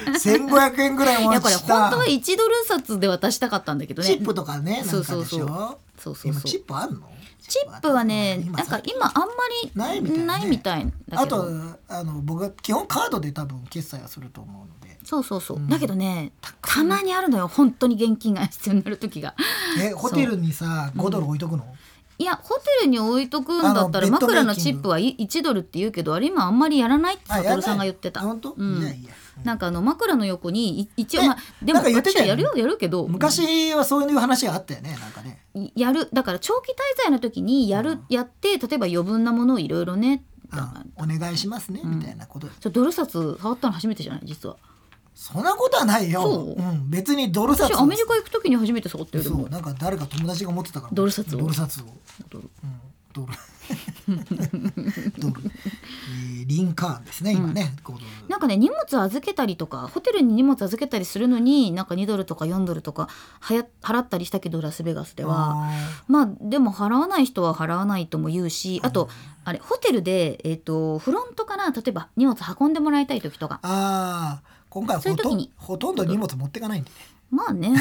1500円ぐらい
い
もら
や
っ
こ
ち
れ
ゃっ
本
た
当は1ドル札で渡したかったんだけどね
チップとかねな
そ
ん
う
か
そう
で
そう
しょ
そうそう
今
そう
チップあんの
チップはね
今
なんか今あんまり
ないみたいね
ないみたいだ
あ
けど
とあの僕は基本カードで多分決済はすると思うの で
そうそうそう、
うん
だけどねたたまにあるのよ本当に現金が必要になる時が
えホテルにさ5ドル置いとくの
いやホテルに置いとくんだったら
あのベッドメイキング
枕のチップはい1ドルって言うけどあれ今あんまりやらないって
あや
悟
らない
さんが言ってた
あ本当
うん
いやいや
なんかあの枕の横にい一応
え
まあでも
なんか言って
私
た
は
よね
やるよやるけど
昔はそういう話があったよねなんかね
うんやるだから長期滞在の時にやる、
うん
やって例えば余分なものをいろいろねだから
うんお願いしますねみたいなこと
ちょドル札触ったの初めてじゃない実は
そんなことはないよ。、
そうん
別にドル札
私アメリカ行く時に初めて触ってるで
そ
も
う、なんか誰か友達が持ってたから。
ドル札を
ドル札を。
ドル
うん、ドル。 ドル。えーリンカーンですね、今ね。こう
なんかね荷物預けたりとかホテルに荷物預けたりするのになんか2ドルとか4ドルとかはや払ったりしたけどラスベガスでは。
あ
まあでも払わない人は払わないとも言うしあとあれホテルで、えー、とフロントから例えば荷物運んでもらいたい時とか
ーあー、今回
そういう
ほと
時
ん
に
ほとんど荷物持ってかないんで。
まあね、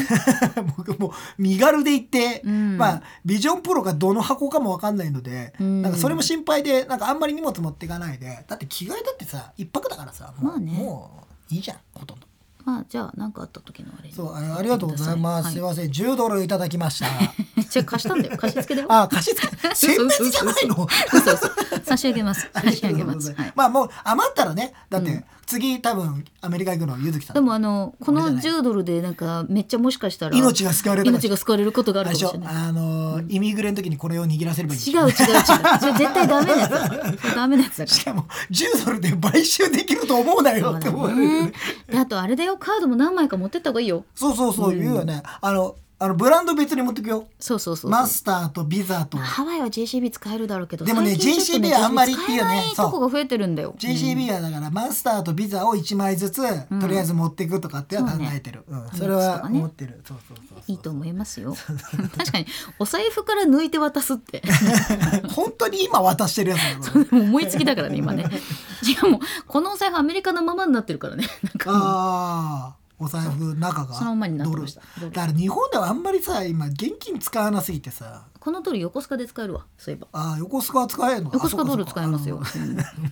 僕もう身軽で行って、
うん
まあビジョンプロがどの箱かもわかんないので、
うん
なんかそれも心配でなんかあんまり荷物持っていかないでだって着替えだってさ一泊だからさもう,、
まあね
もういいじゃんほとんど
まあじゃあ何かあった時のあれに
そうあありがとうございます、すいません10ドルいただきました
じゃあ貸したん だよ貸し付けだよ
あ貸し付け選別じゃないの
そうそう差し上げます
あ
差
り
し
が
上
と
げ
う
ま
ご
す
ざい
はい
まあもう余ったらねだっ
う
て
ん
次多分アメリカ行くのはゆずきさん
でもあのこの
俺じゃ
10ドルでなんかめっちゃもしかしたら
命が救われる
命が救われることがある
あ
かも
れでし
し
ょ
れない。
あのーイミグレの時にこれを握らせればいい
違う違う違う。それ絶対ダメなやつだから。それダメなやつだか
しかも10ドルで買収できると思うなよ
ら。
って
そ
思
うだ
うよね
ね。であとあれだよカードも何枚か持ってった方がいいよ。
そうそうそう言うよね、あのあのブランド別に持ってくよ
そうそうそう。
マスターとビザと
ハワイは JCB 使えるだろうけど。
でもね
最近ちょっと
JCB はあんまりってい
使
う
え
よね
ないとこが増えてるんだよ。
JCB はだからマスターとビザを1枚ずつ
ん
とりあえず持っていくとかっては考えてる、うんそれは思ってる、そうそうそう
いいと思いますよ。確かにお財布から抜いて渡すって。
本当に今渡してるやつだから、
もう思いつきだからね今ね。しかもこのお財布アメリカのままになってるからね。 なんかもう
ああお財布中が
そのままになってました
ドルだから日本ではあんまりさ今現金使わなすぎてさ
この通り横須賀で使えるわ。そういえば。
あー横須賀は使えるの
横須賀ドル使えます
あ
よ
そうか。 そ
う
うか
ん
あの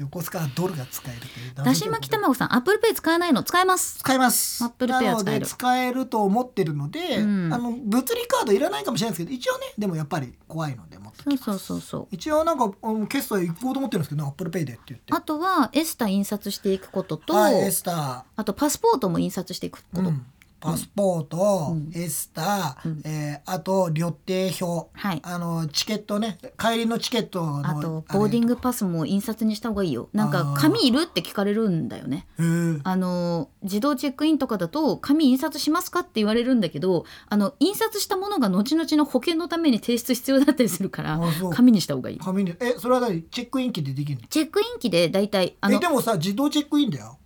横須賀はドルが使えるという
だし巻き
も
卵さん、アップルペイ使えないの使えます。
使えます。
Apple Pay は使える
なので使えると思ってるので、
うん
あの物理カードいらないかもしれないですけど、一応ね、でもやっぱり怖いので持って
そうそうそうそう。
一応なんかあの決済行こうと思ってるんですけど、アップルペイでって言って。
あとはエスタ印刷していくことと、
はい、エスタ
あとパスポートも印刷していくこと。
ー、うんパスポート、
うん
エスター、
うん
えーあと旅程表、
はい
あのチケットね、帰りのチケットの
あとボーディン
グ、
グパスも印刷にした方がいいよ。なんか
あー
紙いるって聞かれるんだよね。
へー
あの自動チェックインとかだと紙印刷しますかって言われるんだけど、あの印刷したものが後々の保険のために提出必要だったりするから
あそう
紙にした方がいい。
紙にえそれは何チェックイン機でできるの
チェックイン機でだいたいあ
え
の
でもさ自動チェックインだよ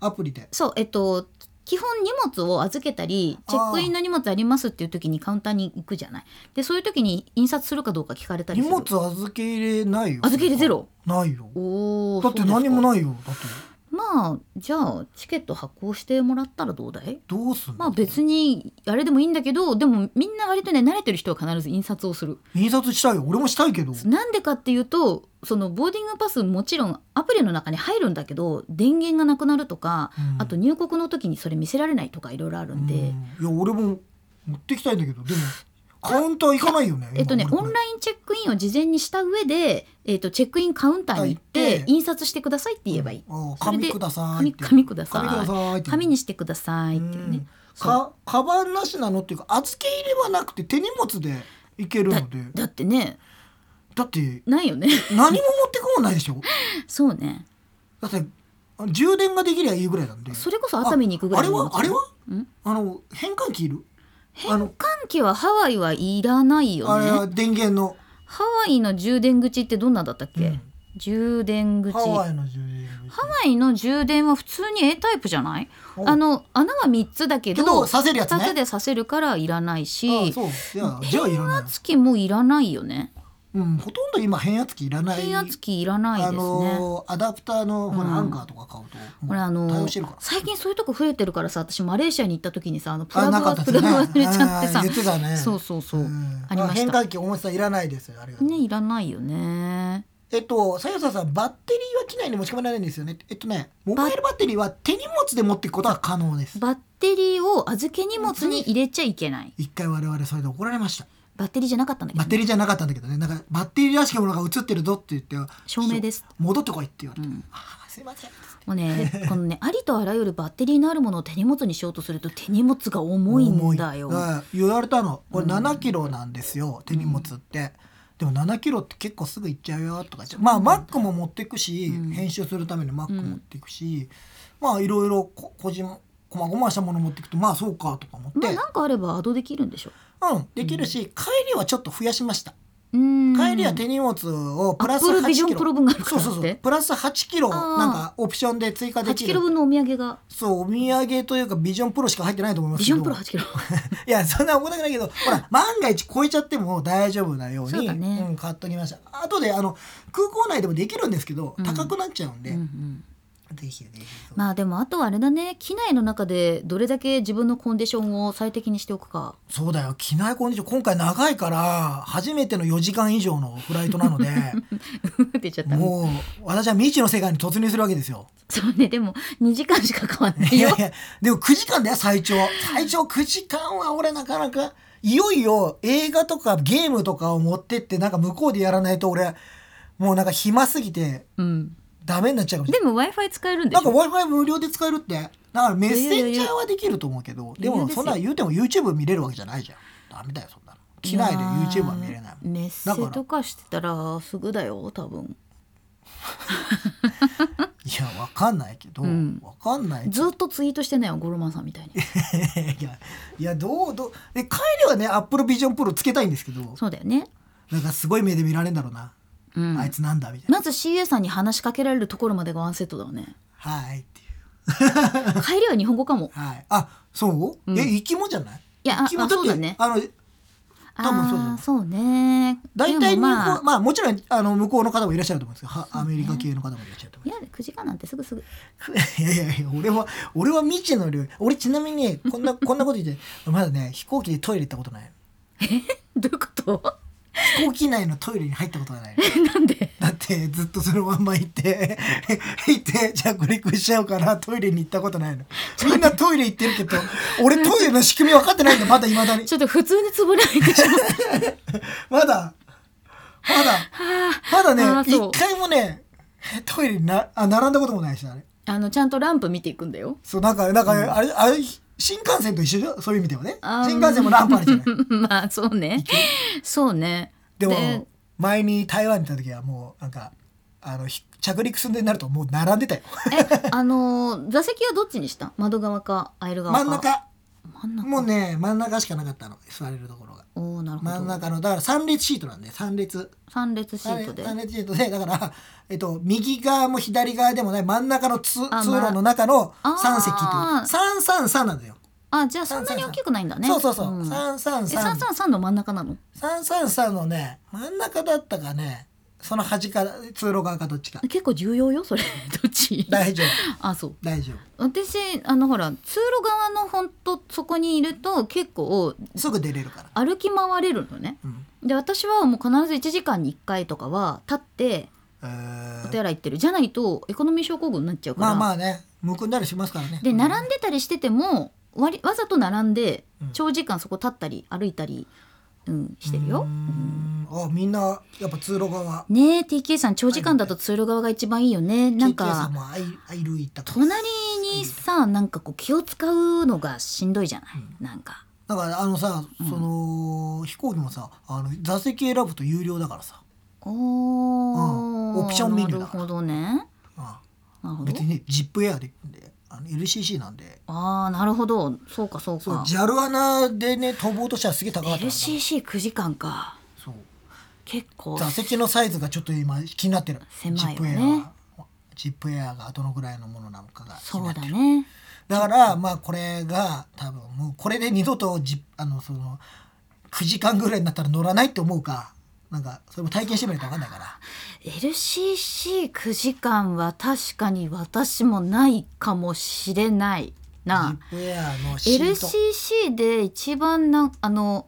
アプリで
そうえっと基本荷物を預けたりチェックインの荷物ありますっていう時にカウンターに行くじゃないでそういう時に印刷するかどうか聞かれたり
荷
する
物預け入れないよ
預け入れゼロ
ないよ
お
だって何も
い
ないよだって
ままあじゃあチケット発行してもらったらどうだい
どうすんの
まあ別にあれでもいいんだけどでもみんな割とね慣れてる人は必ず印刷をする
印刷したいよ俺もしたいけど
なんでかっていうとそのボーディングパスもちろんアプリの中に入るんだけど電源がなくなるとか、
うん
あと入国の時にそれ見せられないとかいろいろあるんで、
うんいや俺も持ってきたいんだけどでもカウンター行かないよね
えっとね、
今
オン
俺
ラインチェックインを事前にした上で、えっと、チェックインカウンターに行っ
あ行
て
って
印刷してくださいって言えばいい、
あ
それで
紙ください
紙紙ください
紙くださいって
紙にしてくださいっていうね、
うんかカバンなしなのっていうか預け入れはなくて手荷物で行けるので
だってね
だって
ないよね
何も持ってくもんないでしょ
そうね
だってあ充電ができりゃいいぐらいなんで
それこそ熱海に行くぐらい
ああれはあれは
ん
あの変換器いるあ
変
の
換器はハワイはいらないよ
あれ
ね
は電源の、
ハワイの充電口ってどんなだったっけ、
うん
充電口
ハワイの充電
ハワイの充電は普通に A タイプじゃない
お
あの穴は3つだけど
けど刺せるやつね
二つで刺せるからいらない
あ
し
そうじゃあじゃあいらない
つきもいらないよね
うんほとんど今変圧器いらない
変圧器いらないです
あ
ね、
のアダプターのほら、
うん
アンカーとか買うともう
これあ
対
の
応してるから
最近そういうとこ増えてるからさ私マレーシアに行った時にさあのプラグ
あなか
が
った
プ
です
ラグ
ね
が忘れちゃってさ
あー言ってたね
そうそうそう、
ん
ありました
変換器重さんいらないですよありがとう
ねいらないよね
えっとさやささんバッテリーは機内に持ち込められないんですよねえっとねモバイルバッテリーは手荷物で持っていくことは可能です
バッテリーを預け荷物に入れちゃいけない
一回我々それで怒られました
バッテリーじゃなかったんだけど
バッ
ね、
テリーじゃなかったんだけどねなんかバッテリーらしきものが映ってるぞって言って
証明です
戻ってこいって言われて、
うん
あーすいません
もう ねこのねありとあらゆるバッテリーのあるものを手荷物にしようとすると手荷物が重いんだよ
重いうん言われたのこれ7キロなんですよ、手荷物って。でも7キロって結構すぐ行っちゃうよとか言ってまあマックも持っていくし、
うん
編集するためにマック持っていくし、まあいろいろこ個人こまごましたもの持っていくとまあそうかとか思って、
まあなんかあればアドできるんでしょ
うんできるし、帰りはちょっと増やしました、
うーん
帰りは手荷物をプラス
Apple
8
Vision
キロ
Pro 分があるから
そうそう
っ
そう
て
プラス8キロ
あー
なんかオプションで追加で
8
き
キロ
る
分のお土産が
そうお土産というかビジョンプロしか入ってないと思います
ビ
け
ジ
ど
ョンプロ8キロ
いやそんな重たくないけ どほら万が一超えちゃっても大丈夫なよう
そう
に
だね
ん、買っときましたあとであの空港内でもできるんですけど、
うん
高くなっちゃうんで、
うんうん
ぜひぜひ
まあでもあとはあれだね機内の中でどれだけ自分のコンディションを最適にしておくか
そうだよ機内コンディション今回長いから初めての4時間以上のフライトなの で
出ちゃった
もう私は未知の世界に突入するわけですよ
そうねでも2時間しか変わんない
い
よ
やいやでも9時間だよ最長最長9時間は俺なかなかいよいよ映画とかゲームとかを持ってってなんか向こうでやらないと俺もうなんか暇すぎて
うん
ダメになっちゃうかもしれ
でも w i f i 使えるんで
な
し
い。なん
ょ
か Wi-Fi 無料で使えるって。だからメッセン
いやい
ジ
やい
ャ
や
ーはできると思うけど、で
無料
も
です
そ
よ
んな言うても YouTube 見れるわけじゃないじゃん。ダメだよ、そんなの。機内で YouTube は見れないもん。
メッセとかしてたらすぐだよ多分
いや、わかんないけど、わ、
ん
かんないけど。
ずっとツイートしてないよゴロマンさんみたいに
いや、 いや、どう、どう、で、帰りはね、Apple Vision Pro つけたいんですけど、
そうだよね
なんかすごい目で見られるんだろうな。
うん
あいつなんだみたいな。
まず CA さんに話しかけられるところまでがワンセットだわ ね
はいっていう。
帰りは日本語かも
はい。あ、そう、
うん
え、行きもじゃない
いやあ
行きも
あ
だ
そ
っ
う
て、
だね
あの、多分そう
あ
だね
ーそうね
大体
で
入
も
国、
ま
ま
あ
あ、もちろんあの向こうの方もいらっしゃると思うんですけど、はアメリカ系の方もいらっしゃると思
いや9時間なんてすぐすぐ
います。いやいやいや、俺は、俺は未知の領域。俺ちなみに、こんな、こんなこと言って、まだね、飛行機でトイレ行ったことない。
どういうこと
飛行機内のトイレに入ったことがない。
なんで
だって、ずっとそのまんま行って、 行って、着陸しちゃうから、トイレに行ったことない の。みんなトイレ行ってるけど、俺トイレの仕組み分かってないんだ、まだ未だに。
ちょっと普通につぶられて しまう
まだ、まだ、まだ
あ
ね、
ーそう
一回もね、トイレにな、あ、並んだこともないし、あれ。
あのちゃんとランプ見ていくんだよ
そうなんかなんか、あれあれ新幹線と一緒じゃんそういう意味ではね
あー
新幹線もランプあ るじゃない
まあそうねそうね
でも
で
前に台湾に行った時はもうなんかあのひ着陸寸前になるともう並んでたよ
えあの座席はどっちにした窓側かアイル側か
真ん中
真ん中
もうね真ん中しかなかったの座れるところが
おおなるほど
真ん中のだから3列シートなんで3列
三列シートで
3列シートでだから、 えっと、右側も左側でもない真ん中のつ通
あ
路の中の
あー
3席と333なんだよ、
あじゃあそんなに大きくないんだね
そうそうそう、
んえ
333
三三三の真ん中なの
三三三のね真ん中だったかねその端か通路側かどっちか
結構重要よそれ どっち
大丈夫
あそう
大丈
私あのほら通路側のほんとそこにいると結構
夫すぐ出れるから、
歩き回れるのね
うん
で私はもう必ず1時間に1回とかは立って
えー
お手洗い行ってるじゃないとエコノミー症候群になっちゃうから、
まあまあねむくんだりしますからね
で並
ん
んでたりしててもわりわざと並んで
うん
長時間そこ立ったり歩いたり、うん、してるよ。
あみんなやっぱ通路側
ねえ TK さん長時間だと通路側が一番いいよねなん
TK さん
か
も愛歩いたから
隣にさなんかこう気を使うのがしんどいじゃない、なんか
だからあのさ、その飛行機もさあの座席選ぶと有料だからさ、
おー、
うんオプションメニュー
な
だ
る
から
ほどね
う
なるほ
ん、
ど
別にねジップエアであの LCC なんで
ああなるほどそうかそう
そう
か
JAL 穴でね飛ぼうとしたらすげえ高かったからさ
LCC9 時間か
そう
結構
座席のサイズがちょっと今気になってる
狭いよね
ジップエアはジップエアがどのぐらいのものなのかが気に
そ
な
う
って
だ
る
ね
だからまあこれが多分もうこれで二度とじあのその9時間ぐらいになったら乗らないって思うかなんかそれも体験してみないと分かんないから
LCC9 時間は確かに私もないかもしれない
ジ
な
ップエアのシート
LCC で一番なあの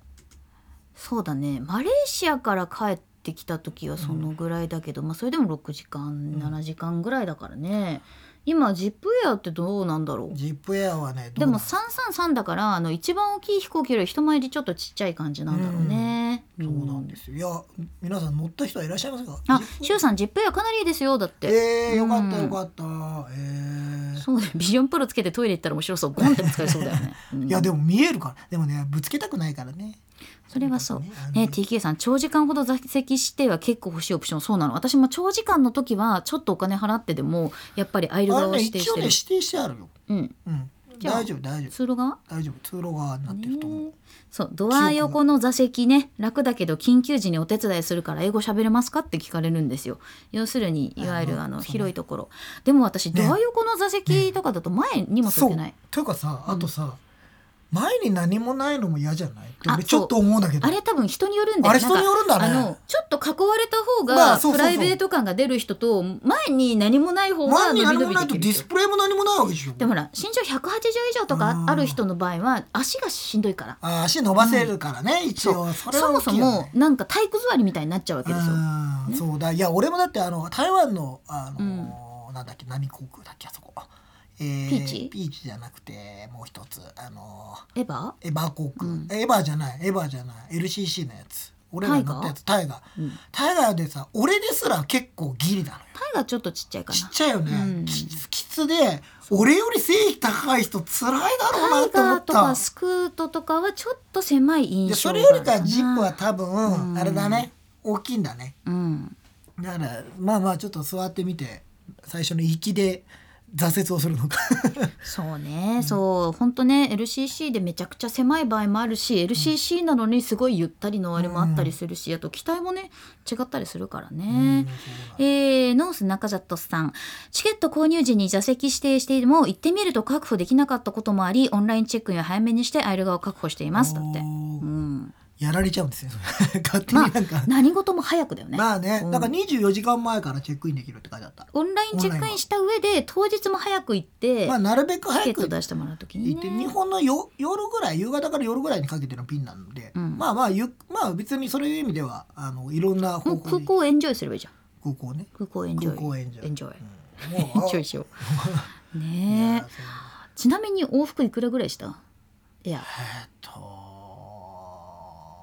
そうだねマレーシアから帰ってきた時はそのぐらいだけど、まあそれでも6時間7時間ぐらいだからね、今ジップエアってどうなんだろう
ジップエアはねど
で
うな
も
の
333だからあの一番大きい飛行機より一回りちょっとちっちゃい感じなんだろうね。う
そうなんですよいや皆さん乗った人はいらっしゃいますか
あ
ジッ、プ
シュウさんジップエアかなりいいですよだって。
えー、よかった
うん
よかった、えー
そうね、ビジョンプロつけてトイレ行ったら面白そうゴンってぶつかりそうだよ ね、うん
いやでも見えるからでもねぶつけたくないからね
それはそう
なんかねあの
ね TK さん長時間ほど座席指定は結構欲しいオプションそうなの私も長時間の時はちょっとお金払ってでもやっぱりアイル
あれ
側を
ね
指定
一
し
応
て
ね
る、
指定してあるよ
うん
うん
じゃあ
大丈夫大丈夫
通路側
大丈夫通路側になってると思う、
ねそうドア横の座席ね楽だけど緊急時にお手伝いするから英語喋れますかって聞かれるんですよ要するにいわゆるあ
あ
の
そうね
広いところでも私ドア横の座席とかだと前にも置
そ
け
う
ない、
というかさあとさ、前に何もないのも嫌じゃないって
あ
俺ちょっと思うんだけど
あれ多分人によるんだよ
あれ人によるんだね
なかあのちょっと囲われた方が、
まあそうそ
プ
うそう
ライベート感が出る人と前に何もない方が伸
前に
び
何
伸
も
び
ない
で
と
き
デ
る
ィスプレイも何もないわけでしょ
でもほら身長180以上とか
うん
ある人の場合は足がしんどいから
あー足伸ばせるからね、一
そ
応それは
そも
大
そ
きいよ
も
ね
なんか体育座りみたいになっちゃうわけですよ
うん
ね
そうだいや俺もだってあの台湾のあのー、なんだっけ何航空だっけあそこ、えー
ピーチ
ピーチじゃなくてもう一つあのー
エヴァ
エバー航空、
うん
エバーじゃないエバーじゃない LCC のやつ俺ら乗ったやつタイガ
う
ー
ん
タイガーでさ俺ですら結構ギリなのよ
タイがちょっとちっちゃいか
ちっ
な。
ちゃいよね、
うん
きつきつで俺より背高い人辛いだろう
タ
な
イ
と思
ガ
っ
ーとか
た
スクートとかはちょっと狭い印
で
象
そ
が
れ
あ
よ
る
り
かな
かジップは多分
うん
あれだね大きいんだね
うん、
だからまあまあちょっと座ってみて最初の行きで挫折をするのか
そうね、そう本当ね LCC でめちゃくちゃ狭い場合もあるし LCC なのにすごいゆったりのあれもあったりするし、あと機体もね違ったりするからね。えーノース中里さんチケット購入時に座席指定しても行ってみると確保できなかったこともありオンラインチェックインは早めにしてアイル側を確保していますだって、う
おー
ん、
やられちゃう んですよ勝手
まあ
になんか、
何事も早くだよね、
まあね、
うん
なんか24時間前からチェックインできるって書いてあった
オンラインチェックインした上で当日も早く行って、
まあなるべく
チケッ
早く
ト出してもらうときに
行って日
ね。
本のよ夜ぐらい夕方から夜ぐらいにかけての便なので、
うん
まあまあゆまあ別にそういう意味ではあのいろんな
も
方
う空
向に
港をエンジョイすればいいじゃん。
空港ね
空港をエンジョ
空
イ。
港エンジョイ
エンジョイ。
うん
エ
もう
ンジョイしよ う。ねえ。
あ
ちなみに往復いくらぐらいしたいや、
えっ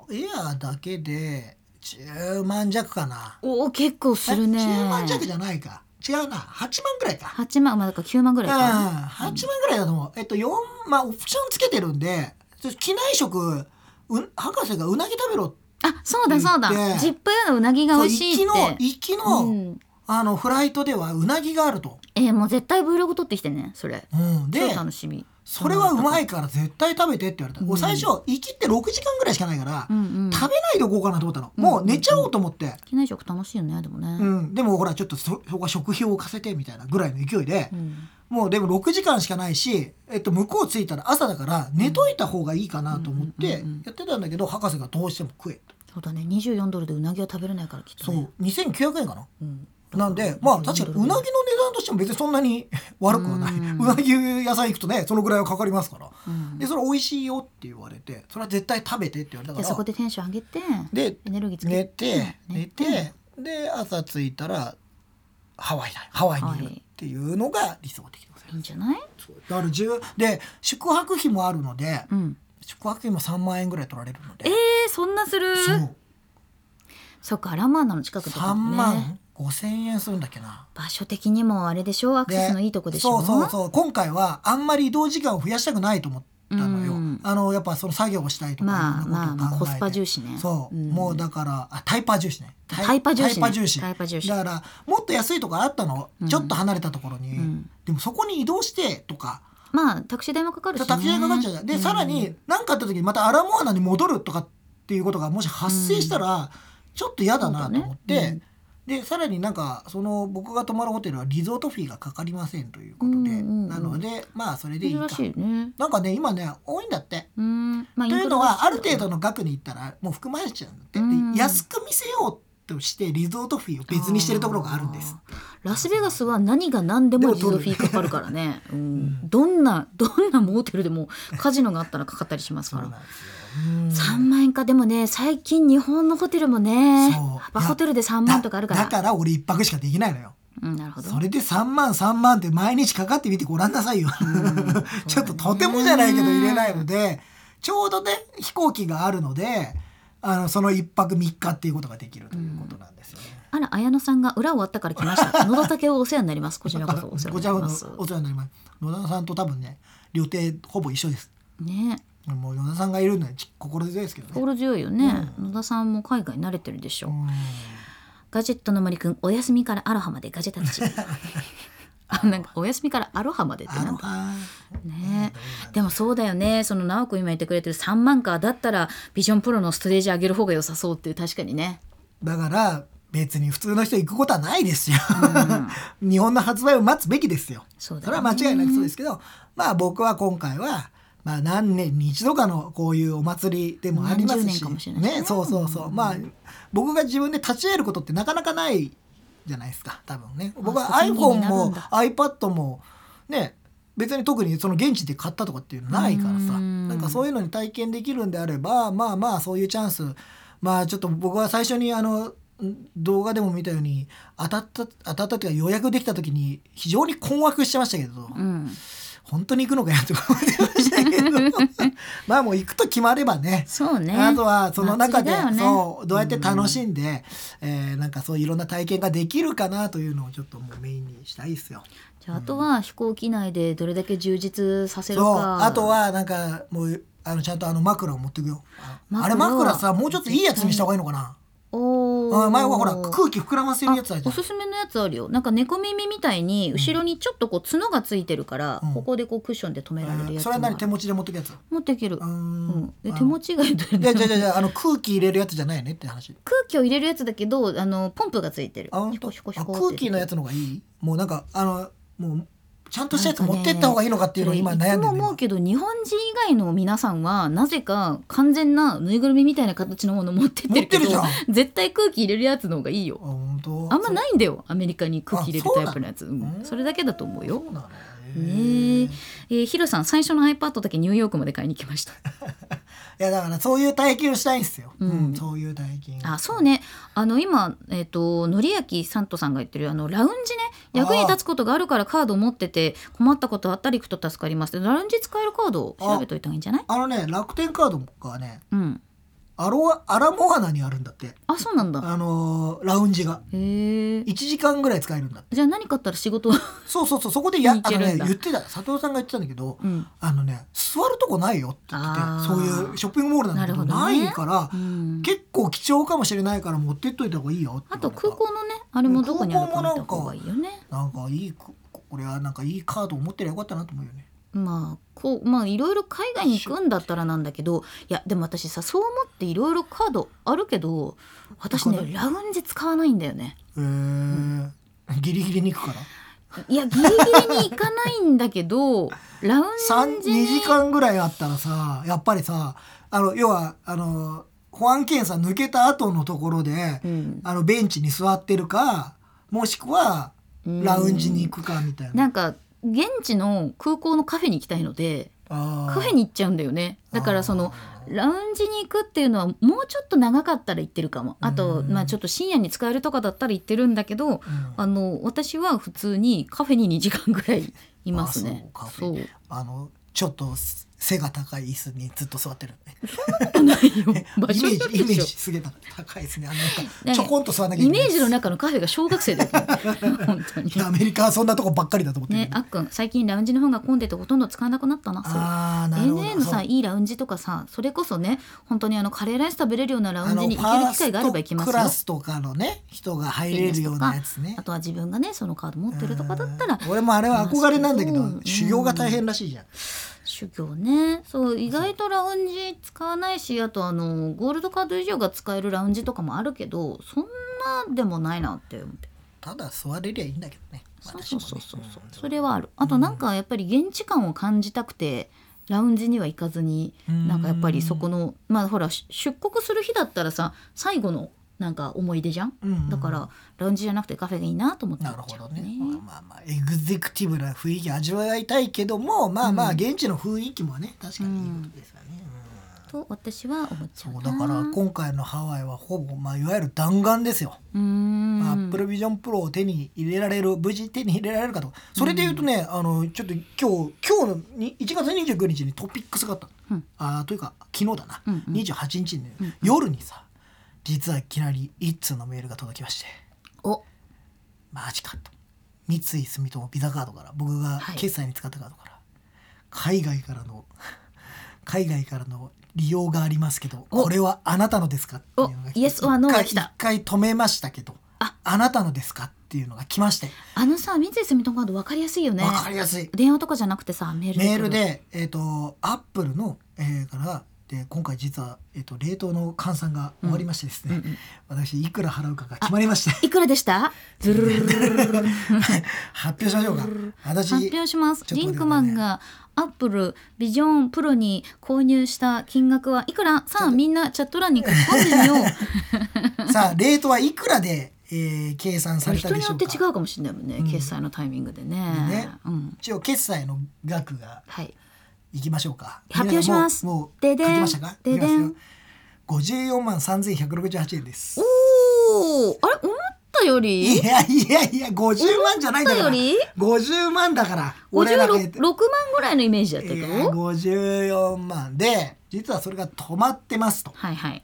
とエアだけで10万弱かな
おお結構するね。
10万弱じゃないか違うな8万ぐらいか
八万まあだから9万ぐ
うん
らい
8
か。
万ぐらいだと思うえっと四まあオプションつけてるんでちょっと機内食うん博士がうなぎ食べろって
あそうだそうだ
行っ。て
ジップエアのうなぎが美味しいって。
そう行きの行きの、
うん
あのフライトではうなぎがあると、
えーもう絶対 Vlog 撮ってきてねそれ。
うん、
超
で
楽しみ。
それはうまいから絶対食べてって言われた、
うん
俺最初行きって6時間ぐらいしかないから、
うんうん。
食べないでおこうかなと思ったの、もう寝ちゃおうと思って、
機内食楽しいよねでも
う
ね。
んでもほらちょっとそそこは食費を浮かせてみたいなぐらいの勢いで
う、ん。
もうでも6時間しかないし、えっと、向こう着いたら朝だから寝といた方がいいかなと思っ
うんうん
て
うんうん
やってたんだけど、博士がどうしても食えと
そうだね24ドルでうなぎは食べれないからきっと
そ
ね
う2900円かな
うん
なんでまあ確かにうなぎの値段としても別にそんなに 悪くはない、
う
うんなぎ屋さん行くとねそのぐらいはかかりますから、
うん
でそれ美味しいよって言われてそれは絶対食べてって言われた
で
か
そこ
ら
でテンション上げて
で
エネルギーつけ
寝て
寝
寝
て
てで朝着いたらハワイだハワイにいるっていうのが理想的でござい
いい
ま
んじゃない
すだから10で宿泊費もあるので
うん
宿泊費も3万円ぐらい取られるので
えー、そんなする
そう
そっかアラマンナの近くってこと
3
かね
万5千円するんだっけな
場所的にもあれでしょアクセスのいいとこでしょ
そうそうそう今回はあんまり移動時間を増やしたくないと思ったのよ、
うん
あのやっぱその作業をしたいとか
まあ
いろん
まあ
な
まあ
ことを考えて
コスパ重視ね
そう、
ん
もうだからあタイパ重視ね
タイパ重視ね
タイパ重視
タイパ重視
だからもっと安いとこあったの、
うん
ちょっと離れたところに、
うん
でもそこに移動してとか
まあタクシー代もかかるし、ね、
タクシー代かかっちゃうじゃんで、
うん
さらに何かあった時にまたアラモアナに戻るとかっていうことがもし発生したら、ちょっと嫌だなと思って、
そうだね
でさらになんかその僕が泊まるホテルはリゾートフィーがかかりませんということで、
うんうんうん
なのでまあそれでいいか
珍しいね
なんかね今ね多いんだって。
うんまあ
というのはある程
度
度の額に行ったらもう含まれちゃうんだって、
うん
で安く見せようとしてリゾートフィーを別にしてるところがあるんです。
ラスベガスは何が何でもリゾートフィーかかるからね、うんどんなどんなモーテルでもカジノがあったらかかったりしますから
うん
3万円かでもね最近日本のホテルもね
そう
幅ホテルで3万とかあるから
だだから俺一泊しかできないのよ。
うん、なるほど
それで3万3万って毎日かかってみてごらんなさいよ、 ちょっととてもじゃないけど入れないのでちょうどね飛行機があるのであのその1泊3日っていうことができるということなんですよね。
あら綾乃さんが裏終わったから来ま した野田竹をお世話になりますこちらこそお世話
ご
に
ち
な
ゃ
り
ごちゃ
ます
お世話になります野田さんと多分ね予定ほぼ一緒です
ね
もう野田さんがいるのはち心強いですけどね
心強いよね、野田さんも海外慣れてるでしょ、ガジェットの森くんお休みからアロハまでガジェタ ッチあなんかお休みからアロハまでって
あ
なん
の
かねでもそうだよねその直くん今言ってくれてる3万かだったらビジョンプロのステージ上げる方が良さそうっていう確かにね
だから別に普通の人行くことはないですよ、 日本の発売を待つべきですよ
そうだ
れ
よね
は間違いなくそうですけどまあ僕は今回はまあ何年に一度かのこういうお祭りでもあります
何十年
し
かもしれないしね
ねそうそうそうまあ僕が自分で立ち会えることってなかなかないじゃないですか多分ね僕は
そういう風に
iPhone
なるん
も
だ
iPad もね別に特にその現地で買ったとかっていうのないからさ
うん
なんかそういうのに体験できるんであればまあまあそういうチャンスまあちょっと僕は最初にあのん動画でも見たように当たった当たったっていうか予約できた時に非常に困惑してましたけど、
うん
本当に行くのかやって思ってま したけどまあもう行くと決まればね
そうね
あとはその中で、
祭りだよね
そうどうやって楽しんで、えーなんかそういろんな体験ができるかなというのをちょっともうメインにしたいですよ。
じゃああとは飛行機内でどれだけ充実させる
そう
か
あとはなんかもうあのちゃんとあの枕を持ってくよ。あのあれ
枕
枕さもうちょっといいやつにした方がいいのかな。
お
あ
ー
前はほら空気膨らませるやつあるじ
お
ゃん
す。すめのやつあるよなんか猫耳みたいに後ろにちょっとこう角がついてるから、
うん
ここでこうクッションで止められる
うん
やつ
そ
も
れ
あ
は
る
何手持ちで持ってくやつ。
持っていける、
う
うん
ん。
え手持
ち。
ち以外どれ
い
で
や
も
じゃじゃじゃあの空気入れるやつじゃないねって話。
空気を入れるやつだけどあのポンプがついてる
あ本
ひこ
当
ひこひ
あ
こ
空気のや
つ
つの方がいいもうなんかあのもうちゃんとしたやつ持ってった方がいいのかっていうのを今悩んで
いつも
る、
思うけど日本人以外の皆さんはなぜか完全なぬいぐるみみたいな形のもの持ってってるけど
持ってる
絶対空気入れるやつの方がいいよ
あ本当
あんまないんだよアメリカに空気入れるタイプのやつうんそ,、
うん
れだけだと思うよ
そうなの
ねええーヒロさん最初の iPad だけニューヨークまで買いに来ました
いやだからそういう体験をしたいんですよ、
うん
うんそういう体験
あそうねあの今えっ、とのりやきさんとさんが言ってるあのラウンジね役に立つことがあるからカードを持ってて困ったことあったり行くと助かりますでラウンジ使えるカードを調べといた方がいいんじゃない
あのね楽天カードがね
うん
アロアアラモアナにあるんだって
あそうなんだ
あのーラウンジが
へえ
1時間ぐらい使えるんだって
じゃあ何買ったら仕事
そうそうそうそこでや
見に行
あ
け
の、
るんだ
ね、言ってた佐藤さんが言ってたんだけど、
うん
あのね座るとこないよって言ってて
あー
そういうショッピングモールなんだけど
なるほ
な
どね
いから、
うん
結構貴重かもしれないから持ってっといた方がいいよって
あと
言われた
空港のねあれもどこにあるか見た方がいいよね
なんかいいここれはなんかいいカードを持ってりゃよかったなと思うよね
まあこうまあいろいろ海外に行くんだったらなんだけどいやでも私さそう思っていろいろカードあるけど私
わかん
ねラウンジ使わないんだよね。
へえ、ギリギリに行くから
いやギリギリに行かないんだけ どラウン
3
ジ
2時間ぐらいあったらさやっぱりさあの要はあの保安検査抜けた後のところで、
うん
あのベンチに座ってるかもしくは
うん
ラウンジに行くかみたいな。
なんか現地の空港のカフェに行きたいので
カ
カフェに行っちゃうんだよねだからそのラウンジに行くっていうのはもうちょっと長かったら行ってるかもあと、
うん
まあ、ちょっと深夜に使えるとかだったら行ってるんだけどあの私は普通にカフェに2時間ぐらいいますね
あそうカフ
そう
ェあのちょっと背が高い椅子にずっと座ってるね。
ないよ
イメ
場所によ
ージイ
る
メ
でし
ージ
ょ
すげえ高いですね。あの
ね
なんかちょこんと座らなきゃい
イ
けない
メー
です。
ジの中のカフェが小学生だよね 本当に
いやアメリカはそんなとこばっかりだと思ってる
ね
けど。
あっくん最近ラウンジの方が混んでてほとんど使わなくなったなそう
ああなるほど。
ANA の
そう
さいいラウンジとかさそれこそね本当にあのカレーライス食べれるようなラウンジに行ける機会があれば行きま
フ
す
ァーストク
よ
ラスとかのね人が入れるようなやつね
あ。とは自分がねそのカード持ってるとかだったら
うん俺もあれは憧れなんだけど、
うん
修行が大変らしいじゃん。
修行ねそう意外とラウンジ使わないしあとあのゴールドカード以上が使えるラウンジとかもあるけどそんなでもないなって思って
ただ座れりゃいいんだけどね。
そうそうそうそう
私もねん
それはあるあとなんかやっぱり現地感を感じたくてラウンジには行かずに
うん
なんかやっぱりそこのまあほらし出国する日だったらさ最後のなんか思い出じゃん、
うんうん
だからラウンジじゃなくてカフェがいいなと思って行
な
っ
る
ち
ほ
ゃ
ど
うね
ね。まあまあまあエグゼクティブな雰囲気味わいたいけども、まあまあ現地の雰囲気もね確かにいいことですよね。
と私は思っちゃ
うん
う
そ
な
うだから今回のハワイはほぼまあいわゆる弾丸ですよ。
うーん
アップルビジョンプロを手に入れられる無事手に入れられるかとかそれで言うとね、あのちょっと今日今日のに1月29日にトピックスがあったの、
うん
あーというか昨日だな、
うんうん
28日にね、夜にさ実はいきなり一通のメールが届きまして
お
マジかと三井住友ビザカードから僕が
はい
決済に使ったカードから、海外からの 海外からの利用がありますけど
お
これはあなたのですかっていうのが来て
お Yes or No
一回
が来た
一回止めましたけど
あ
あなたのですかっていうのが来まして
あのさ三井住友カード分かりやすいよね
わかりやすい
電話とかじゃなくてさメール
メールでえっ、とアップルの、えーからで今回実は、えー、と冷凍の換算が終わりましてですね、私いくら払うかが決まりま して
いくらでしたズルルルルルルルル
発表しましょうか私
発表します、
ちょっ
リ
と待って
ンクマンがアップルビジョンプロに購入した金額はいくらさあみんなチャット欄に書き込んでみよう
さあレートはいくらで、えー計算され
人
たで
に
し
よ
ょ
っ
う
て
か
違うかもしれないもんね、決済のタイミングでね
でね
うん、
一応決済の額が
はい
いきましょうか
発表します
皆さんもうもう
で
書
で
き
ん
ましたか
ででん
いきますよ54万3168円です
おおあれ思ったよ
い
り
やいやいや50万じゃないんだから
思ったより
50万だから俺らが言っ
56
て
6万ぐらいのイメージだっ
い
た
や
けど
54万で実はそれが止まってますと
はいはい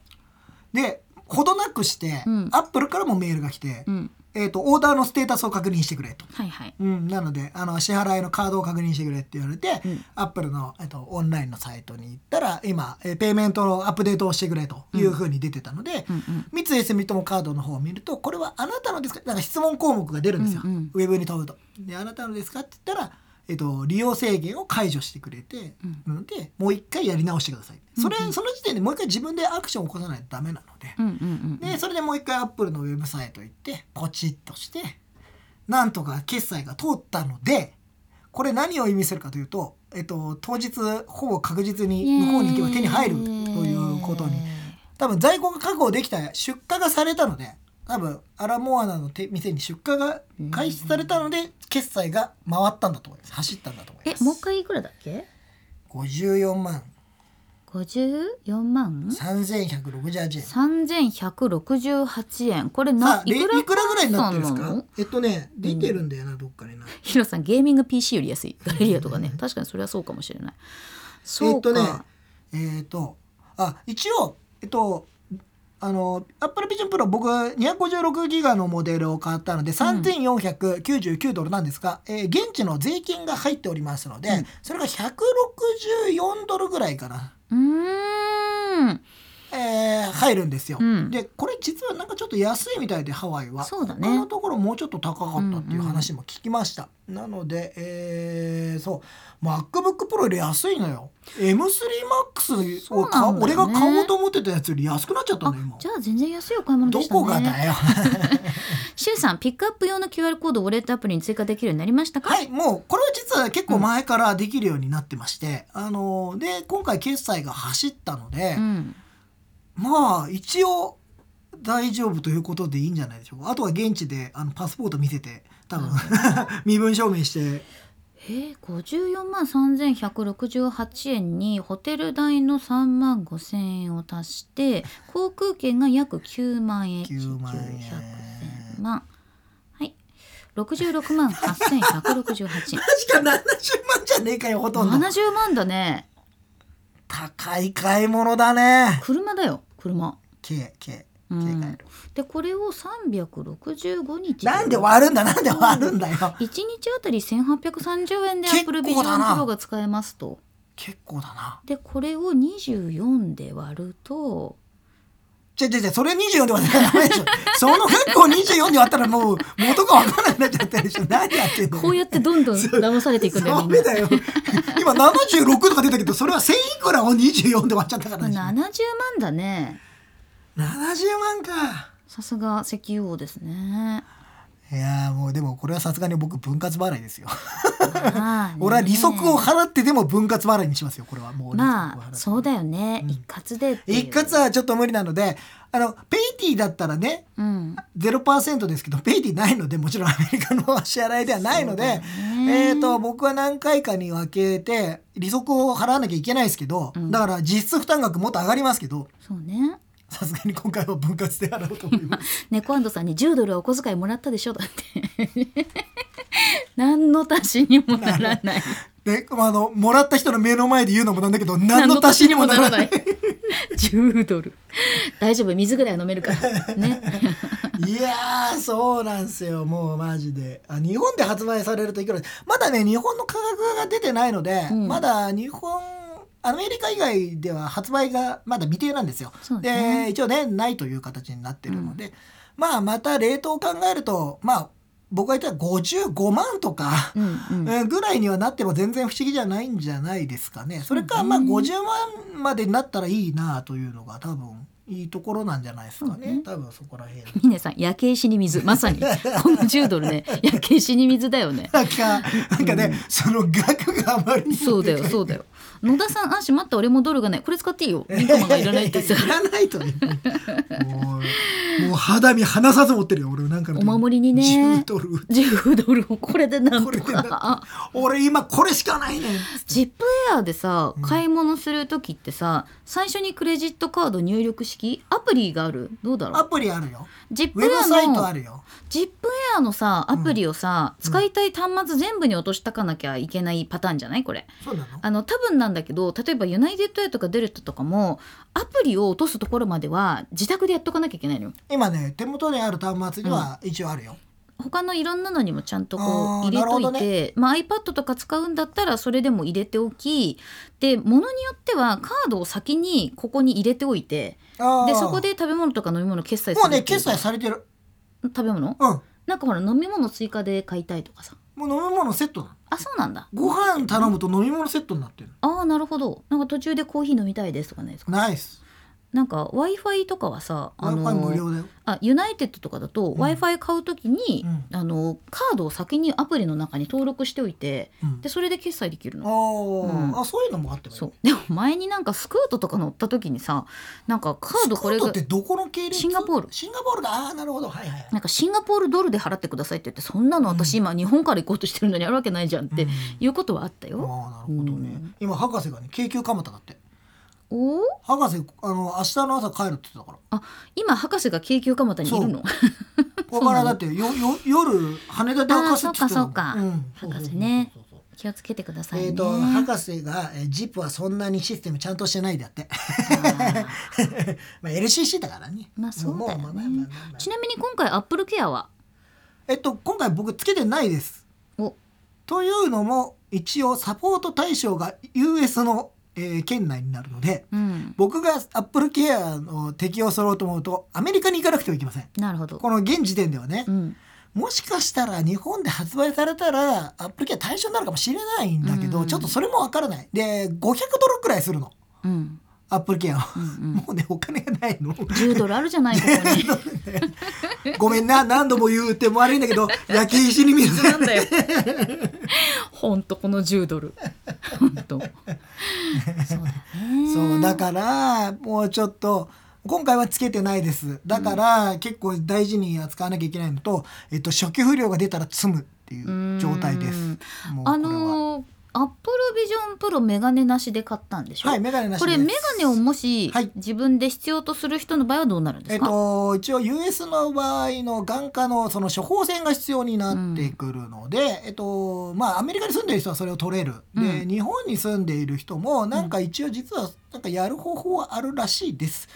でほどなくして、
うん
アップルからもメールが来て、
うん
えー、とオーダーのステータスを確認してくれと
はいはい
うん、なのであの支払いのカードを確認してくれって言われて、
うん
アップルの、えっと、オンラインのサイトに行ったら今えーペイメントのアップデートをしてくれというふうに出てたので、
うんうん
三井住友カードの方を見るとこれはあなたのですかなんか質問項目が出るんですよ、
うんうん
ウェブに飛ぶと。であなたのですかって言ったら、えっと、利用制限を解除してくれて、なのでもう一回やり直してくださいそれ、その時点でもう一回自分でアクションを起こさないとダメなので。
うんうんうん
でそれでもう一回アップルのウェブサイト行ってポチッとしてなんとか決済が通ったのでこれ何を意味するかというと、えっと、当日ほぼ確実に向こうに行けば手に入るということ
イ
に
エーイ
多分在庫が確保できた出荷がされたので多分アラモアナの手店に出荷が開始されたので決済が回ったんだと思います走ったんだと思い
え
ます
もう一回いくらだっけ
54万
54万
3168円
三千百六十八円。これ
さ
な
あ
い
でい
くら
くらぐらいになってるんです
換算な
か
の
えっとね出てるんだよな、どっかにな
ヒロさんゲーミング PC より安い。ガレリアとかね。確かにそれはそうかもしれない。
え
そ
っ
う
と
か。
ねえっ、とあ一応えっとあの Apple Vision Pro 僕256ギガのモデルを買ったので3499ドルなんですが、えー現地の税金が入っておりますので、
うん
それが164ドルぐらいかな、
うーん。
えー入るんですよ、
うん
でこれ実はなんかちょっと安いみたいでハワイは
そうだね
他のところもうちょっと高かったっていう話も聞きました、なので、えーそう MacBookPro より安いのよ M3Max を買
そうな
お
んだ
俺
よね
が買おうと思ってたやつより安くなっちゃった
あ
のよ今、
じゃあ全然安いお買い物で
ど
したね。
こが だよ
シュウさん、ピックアップ用の QR コードをウォレットアプリに追加できるようになりましたか。
はいもうこれは実は結構前からできるようになってまして、あのーで今回決済が走ったので、
うん。
まあ一応大丈夫ということでいいんじゃないでしょうかあとは現地であのパスポート見せて多分 身分証明して
えー、54万3168円にホテル代の3万5,000円を足 して航空券が約9万円
9万円
900万はい66万8168円
確か70万じゃねえかよほとんど
70万だね
高い買い物だね
車だよ車、
K K
う
K 買え
ん
る、
でこれを365日
なんで割るんだなんで割るんだよ
1日あたり1830円でアップルビジョン
結構だな
プロが使えますと
結構だな
でこれを24で割ると
じゃじゃじゃそれ24で割ったらダメでしょその額を24で割ったらもう元が分からなくなっちゃってるでしょ何やってんの
こうやってどんどん騙されていくんだよ、
ダ
みん
メ
な。
だよ今76とか出たけどそれは1000いくらを24で割っちゃったか
70
らでしょ
万だね。
70万か
さすが石油王です ね。
いやーもうでもこれはさすがに僕分割払いですよ、
まあね
俺は利息を払ってでも分割払いにしますよこれはもう利息を払って
まあ、そうだよね。
うん
一括でっていう。
一括はちょっと無理なのであのペイティだったらね
うん。
0%ですけどペイティないのでもちろんアメリカの支払いではないので、
そうだね
えー、と僕は何回かに分けて利息を払わなきゃいけないですけど、
うん
だから実質負担額もっと上がりますけど
そうね。
さすがに今回は分割で払おうと思います。
猫アンドさんに10ドルはお小遣いもらったでしょだって。何の足しにもならない。
であのもらった人の目の前で言うのもなんだけど 何の足しにもならない。
10ドル。大丈夫、水ぐらいは飲めるから。ね。
いやーそうなんですよもうマジであ日本で発売されるといくらまだね日本の価格が出てないので、
うん
まだ日本アメリカ以外では発売がまだ未定なんですよ。
そうね
で一応ねないという形になってるので、まあまたレートを考えるとまあ僕が言ったら55万とか
う。んうん。
うんぐらいにはなっても全然不思議じゃないんじゃないですかね。それか
そうね
まあ50万までになったらいいなというのが多分いいところなんじゃないですか
そう
ね
ね。
多分そこら辺。
ミネさん、焼け石に水。まさに。この10ドルね、焼け石に水だよね。
なんか、なんかね、その額があまりにも
そう だよ
でかい
そうだよ野田さん「あしまった俺もドルがないこれ使っていいよ」「ミントマンがいらない」ってさ
いやいやいやいらないとね。もう、も う肌身離さず持ってるよ、俺なんかの時。
お守りにね
10ドル。
10ドルをこれでなん
ことれでな
か
俺今これしかないねん。
ジップエアでさ買い物する時ってさ最初にクレジットカード入力式アプリがあるどうだろ
ア
う
プリあるよ。
ジッ
ウ
プエ
ェブサイ
ア
トあ
の
るよ。
ジップエアのさアプリをさ、使いたい端末全部に落としたかなきゃいけないパターンじゃないこれ
そうなの
あの多分なんだけど例えばユナイテッドエアとかデルタとかもアプリを落とすところまでは自宅でやっとかなきゃいけないのよ
今ね、手元にある端末には一応あるよ。
他のいろんなのにもちゃんと
あ
こ
ー
う入れと
ないるほど
て、まあ、iPad とか使うんだったらそれでも入れておきで物によってはカードを先にここに入れておいて
あー
でそこで食べ物とか飲み物決済す
も
る
うね、決済されてる。
食べ物
うん。
なんかほら飲み物追加で買いたいとかさ
もう飲み物セットなの。
あそうなんだ
ご飯頼むと飲み物セットになってる
ああなるほどなんか途中でコーヒー飲みたいですとかないですか
の。ナイス。
なんか w i f i とかはさあ
Wi-Fi 無
の
料だよ。
あユナイテッドとかだと w i f i 買うときに、
うん
あのカードを先にアプリの中に登録しておいて
うん
でそれで決済できるの
あー、
うん
あそういうのもあってもいい
そうでも前になんかスクートとか乗った時にさなんかカードこれ
スコ
が
ットってどこの系列
シンガポール
シンガポールだああーなるほどはいはいはい
なんかシンガポールドルで払ってくださいって言ってそんなの私今日本から行こうとしてるのにあるわけないじゃんって、
うん
いうことはあったよ。
ああなるほどね、
うん
今博士がね京急蒲田だって
おー
博士あの明日の朝帰るって言ってたか
あ今博士が京急蒲田にいるの
らだからだってよよ夜羽田で博士って言ってた
あーそうかそ
もん
うか
んそうそうそうそう
博士ね
そうそうそう
気をつけてくださいね。
えっ、と博士が、えージップはそんなにシステムちゃんとしてないだって まあ LCC だからね
まあそうだよね
もまあまあまあまあ まあ
ちなみに今回アップルケアは
えっと今回僕つけてないです
お
というのも一応サポート対象が US の、えー県内になるので
うん
僕が Apple Care を適用すると思うとアメリカに行かなくてはいけません
なるほど。
この現時点ではね
う、ん
もしかしたら日本で発売されたら Apple Care 対象になるかもしれないんだけど、
うん
ちょっとそれもわからないで500ドルくらいするの
うん
Apple Care は、
うんうん
もうねお金がないの
10ドルあるじゃないここ に。
ごめんな何度も言うても悪いんだ けど焼け石に水
なん だよ。本当この10ドル。本当。そうだね。
そうだからもうちょっと今回はつけてないですだから結構大事に扱わなきゃいけないのと、えっと、初期不良が出たら積むっていう状態です
うん
もうこれは
あのーアップルビジョンプロメガネなしで買ったんでしょ、
はいメガネなし
こ
です
れメガネをもし
はい
自分で必要とする人の場合はどうなるんで
え
す
っ
か、
と、一応 US の場合の眼科のその処方箋が必要になってくるので、えっとまあ、アメリカに住んでる人はそれを取れる、
う
で日本に住んでいる人もなんか一応実はなんかやる方法はあるらしいです。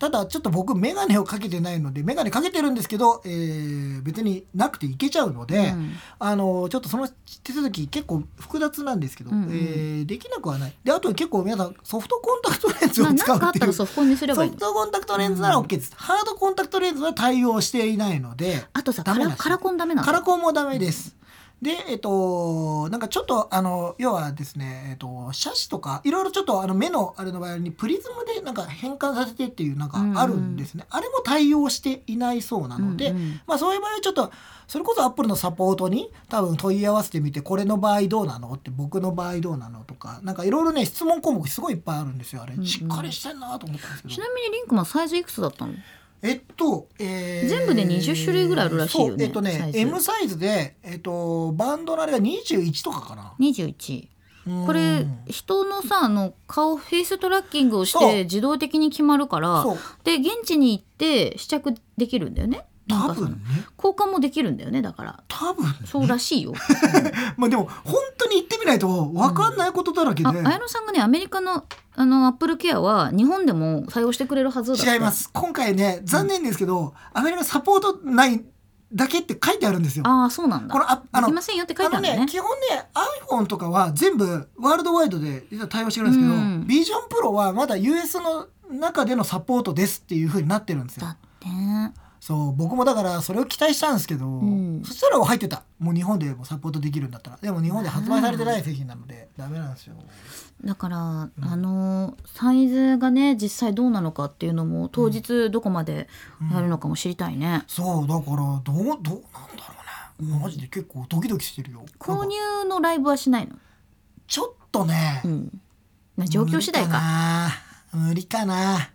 ただちょっと僕眼鏡をかけてないので眼鏡かけてるんですけど、えー別になくていけちゃうので、
うん
あのちょっとその手続き結構複雑なんですけど、
うんうん
えーできなくはないであと結構皆さんソフトコンタクトレンズを
ななん
使う
かあ
っ
って
い
た
う
らソフトにすればい
ソ
い
フトコンタクトレンズなら OK です、ハードコンタクトレンズは対応していないので
あとさ
ダ
カ
メ
ラ
だし
カラコンダメなの
カラコンもダメです、でえっとなんかちょっとあの要はですね、えっと、斜視とかいろいろちょっとあの目のあれの場合にプリズムでなんか変換させてっていうなんかあるんですね、あれも対応していないそうなので、
うんうん
まあ、そういう場合はちょっとそれこそアップルのサポートに多分問い合わせてみてこれの場合どうなのって僕の場合どうなのとかなんかいろいろね質問項目すごいいっぱいあるんですよあれ、
んうん
しっかりしてんなと思ったんですけど
ち。なみにリンクマンサイズいくつだったの
えっと、えー
全部で20種類ぐらいあるらしいよね
そうえっとね
サイズ
M サイズで、えっと、バンドのあれが21とかかな。
21
うん
これ人のさあの顔フェイストラッキングをし
そう
て自動的に決まるから
そう
で現地に行って試着できるんだよねなん
多
かその
分ね
交換もできるんだよねだから
多分
そうらしいよ、
まあでも本当に行ってみないと分かんないことだらけで、
あ綾乃さんがねアメリカのあのアップルケアは日本でも対応してくれるはずだって
違います今回ね残念ですけど、アメリカサポートないだけって書いてあるんですよ。
ああそうなんだ
このああ
で
の
きませんよって書いてあ
あ
るん
の
だ
ね
ね
基本ね iPhone とかは全部ワールドワイドで実は対応してるんですけど、
うん
ビジョンプロはまだ US の中でのサポートですっていう風になってるんですよ。
だってね
そう僕もだからそれを期待したんですけど、
ん
そしたら入ってたもう日本でもサポートできるんだったらでも日本で発売されてない製品なのでダメなんですよ
だから、あのサイズがね実際どうなのかっていうのも当日どこまでやるのかも知りたいね、
そうだからどうどうなんだろうねマジで結構ドキドキしてるよ
購
なんか
入のライブはしないの、
ちょっとね、
うんまあ、状況次第か
無理かな無理かな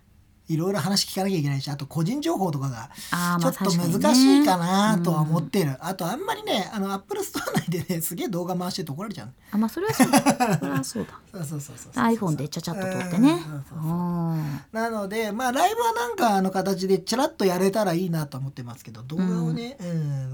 いろいろ話聞かなきゃいけないしあと個人情報とかが
あー
ち
ま
ょ
あ
っと
確にね
難しいかなとは思ってるあとあんまりねあのアップルストア内でねすげえ動画回してると怒られちゃう
あまあそれはそうだそれはそう だ
そうそうそうそうそう
iPhone でちゃちゃっと撮ってね
うんそうそうそう
うん
なのでまあライブはなんかあの形でちらっとやれたらいいなと思ってますけど動画をね、うん、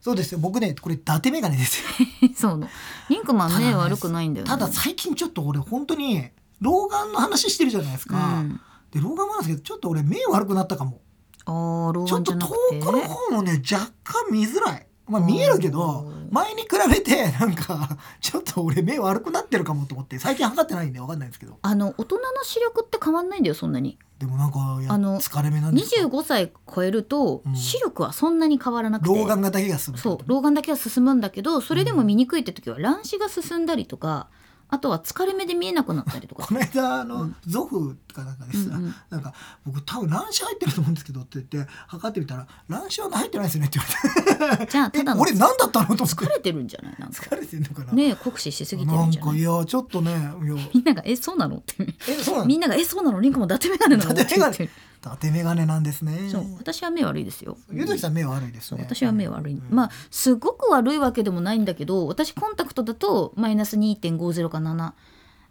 そうですよ僕ねこれ伊達眼鏡ですよ
そうのリンクマン目
ただ
悪くないんだよね
ただ最近ちょっと俺本当に老眼の話してるじゃないですか、
うん
で老眼もなんですけどちょっと俺目悪くなったかも
あー老
ちょっ
眼じ
と
ゃ
遠
なく
く
て
の方もね若干見づらいまあ見えるけど
うん
前に比べてなんかちょっと俺目悪くなってるかもと思って最近測ってないんで分かんないんですけど
あの大人の視力って変わんないんだよそんなに
でもなんかや
あの
疲れ目なんですよ
25歳超えると
うん
視力はそんなに変わらなくて、
老眼がだけが進むって
そ
こ
う
と
老眼だけは進むんだけどそれでも見にくいって時は乱視が進んだりとかあとは疲れ目で見えなくなったり とか
この間あの、
うん
ゾフかなんかでさ、
うんうん
なんか僕多分乱視入ってると思うんですけどって言って測ってみたら乱視は入ってないですねって言われて
じゃあただ
え
の
俺
疲
何だったのと思って
れてるんじゃないなんか
疲れてんのかな、
ねえ酷使しすぎてる
なんん
じゃな
か
い
いやちょっとねいや
みんなが「えそうなの?」って
えそうなの
みんなが「えそうなのリンクも伊達眼鏡なの?」って言ってる
伊達眼鏡なんですね
そう私は目悪いですよ
ゆうときさん目悪いです
そう
ね
私は目悪い、
うん
まあすごく悪いわけでもないんだけど私コンタクトだとマイナス2.50か7な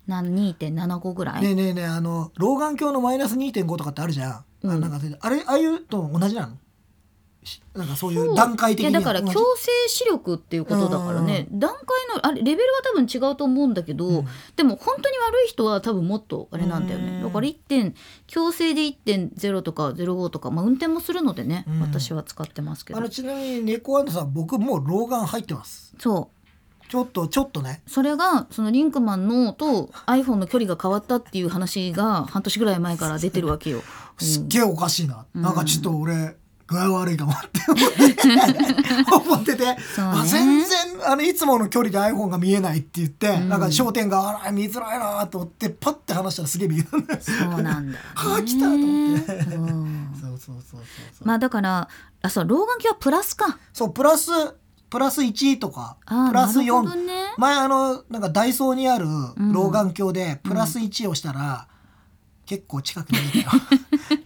2.75ぐらい、
ねえねえねえあの老眼鏡のマイナス2.5とかってあるじゃん、あ
うん
なんかあれああいうと同じなのしなんかそうい
そう
う段階的に
いやだか
は
ら
同
強
じ
制視力っていうことだからね段階のあれレベルは多分違うと思うんだけど、
ん
でも本当に悪い人は多分もっとあれなんだよ
う
ね
ん
だから1点強制で1.0とか05とか、まあ、運転もするのでね、
うん
私は使ってますけ
あ
ど
のちなみに猫アンドさん僕もう老眼入ってます
そう
ちょっとちょっとね
それがそのリンクマンのと iPhone の距離が変わったっていう話が半年ぐらい前から出てるわけよ。
すっげえおかしいな、
うん
なんかちょっと俺具合悪いかもって 思って思ってて、
そうね
あ全然あのいつもの距離で iPhone が見えないって言って、
うん
なんか焦点があら見づらいなと思ってパッて話したらすげえ見えるんです
そうなんだ、ね。
はあ来たと思って
うん
そうそうそうそうそう、
まあだからあそう老眼鏡はプラスか。
そうプラスプラス1とか
あー
プラス
なるほど
4
ね。
前あのなんかダイソーにある
ん
老眼鏡でプラス1をしたら、結構近くに いるよ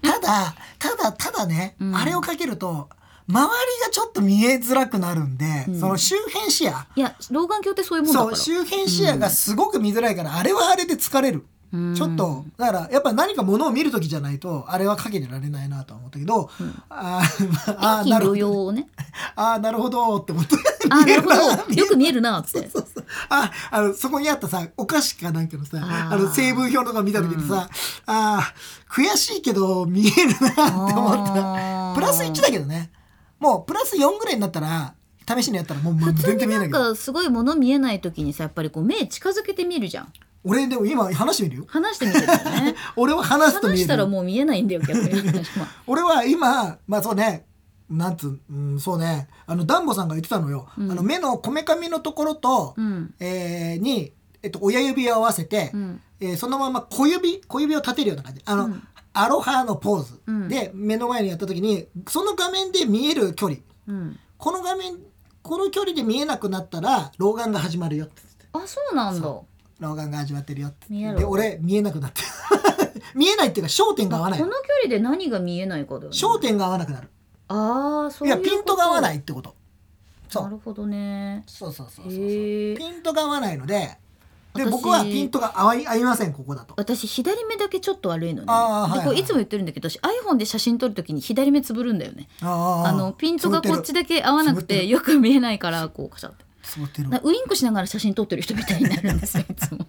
ただただただね、
うん
あれをかけると周りがちょっと見えづらくなるんで、
うん
その周辺視野
いや老眼鏡ってそういうもんだ
そ
か
う
ら
周辺視野がすごく見づらいから、あれはあれで疲れる、
うん
ちょっとだからやっぱ何か物を見る時じゃないとあれはかけてられないなとは思ったけど、あーあーな
遠近療
るほど
養をね
あーなるほどって思った
あーなるほ
見
ど
えな
よく見えるなっつって
そうそうああのそこにあったさお菓子かなんかのさ
あ
あ
ー
の成分表とか見た時にさ、あー悔しいけど見えるなって思っ
あ
た
ー
プラス1だけどねもうプラス4ぐらいになったら試しにやったらもうもう
普通
全
に
然見え
な
ない
ん
けど
かすごい物見えない時にさやっぱりこう目近づけて見るじゃん
俺でも今話してみるよ
話してみてるよね
俺は 話すと見
話
え
したら
る
もう見えないんだよ逆 に
俺は今まあそうねなんつう、うん、そうねあのダンボさんが言ってたのよ、
うん
あの目のこめかみのところと、
うん
えーに、えっと、親指を合わせて、
うん
えーそのまま小指小指を立てるような感じあの、
うん
アロハのポーズ、
うん
で目の前にやった時にその画面で見える距離
うん
この画面この距離で見えなくなったら老眼が始まるよって言って
あそうなんだ
そ老眼が始まってるよって
見えろ
で俺見えなくなって 見えないっていうか焦点が合わ
まあ
な
こ
い
の距離で何が見えないかだよね
焦点が合わなくなる
ああそ
い
い
う
う
や
こと
ピントが合わないいってことそ
な
う
るほどね
そうそうそうそうそう
へえ
ピントが合わないのでで
私
僕はピントが合い合いませんここだと
私左目だけちょっと悪いのね
あーは
で
い
こ
は
れ
い
いつも言ってるんだけど私 iPhone で写真撮るときに左目つぶるんだよね
あ
あのピントがこっちだけ合わなく
つぶってて
よく見えないからこうカシャって
つぶってる
なウインクしながら写真撮ってる人みたいになるんです よいつも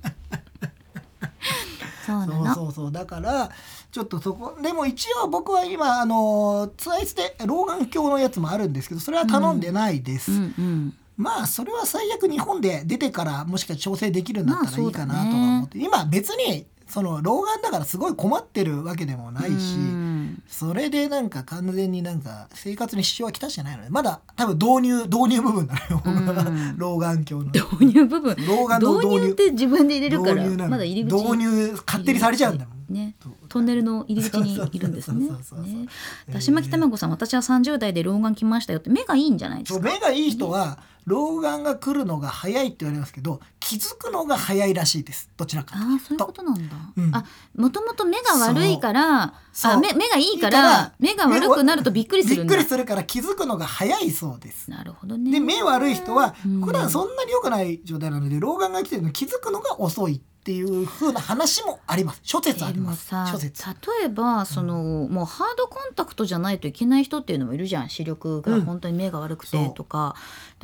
そうな
そう
の
そうそうだからちょっとそこでも一応僕は今あのツアイスで老眼鏡のやつもあるんですけどそれは頼んでないです、
うんうん
まあそれは最悪日本で出てからもしか調整できるんだった
まあ
らいいかなとは思って、今別にその老眼だからすごい困ってるわけでもないし、
うん
それでなんか完全になんか生活に支障はきたしじゃないのでまだ多分導入導入部分だよ、僕は
うん
老眼鏡の
導入部分
老眼の
導
導入
入って自分で入れるから
導入なの
まだ入り口
導入勝手にされちゃうんだもん
ねトンネルの入り口にいるんですね
そうそうそうそうそう
ねだし巻き卵さん私は30代で老眼来ましたよって目がいいんじゃないで
そう
すか
目がいい人は老眼が来るのが早いって言われますけど気づくのが早いらしいですどちらか
ああそういうことなんだ、
うん
あもともと目が悪いから
そう
あ
そう
目目がいいから
いいから
目が悪くなるとびっくりす
び
る
っ
んだ
くりするから気づくのが早いそうです
なるほどね
で目悪い人は
うん
普段そんなに良くない状態なので老眼が来てるのに気づくのが遅いっていう風な話もあります諸説あり
でも
ます
さ
諸説
例えばその、もうハードコンタクトじゃないといけない人っていうのもいるじゃん視力が
うん
本当に目が悪くてとか,、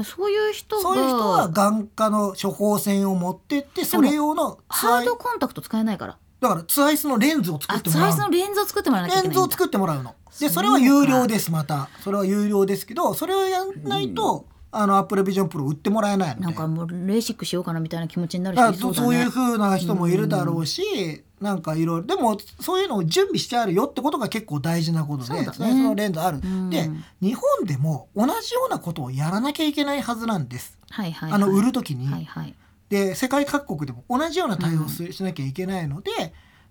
そういう人が
そういう人は眼科の処方箋を持ってってそれ用のツ
ハ
ア
ー
イ
ドコンタクト使えないから
だからツアイスのレンズを作
あ
って
ツ
もら
アイ
うの
スのレンズを作ってもらわなきゃいけ
レン
ない
ズ
ん
を
だ
作ってもらうの。
そうか
でそれは有料ですまたそれは有料ですけどそれをやんないと、あのアップルビジョンプロ売ってもらえないので
なんかもうレーシックしようかなみたいな気持ちになる
だから
人い
そ
そううだ
そういう
ね
風な人もいるだろうし、なんかいろいろでもそういうのを準備してあるよってことが結構大事なことで
そうだね
れはそのレンズある、
ん
で日本でも同じようなことをやらなきゃいけないはずなんです、
はいはいはい
あの売る時に、
はいはい
で世界各国でも同じような対応をすしなきゃいけないので、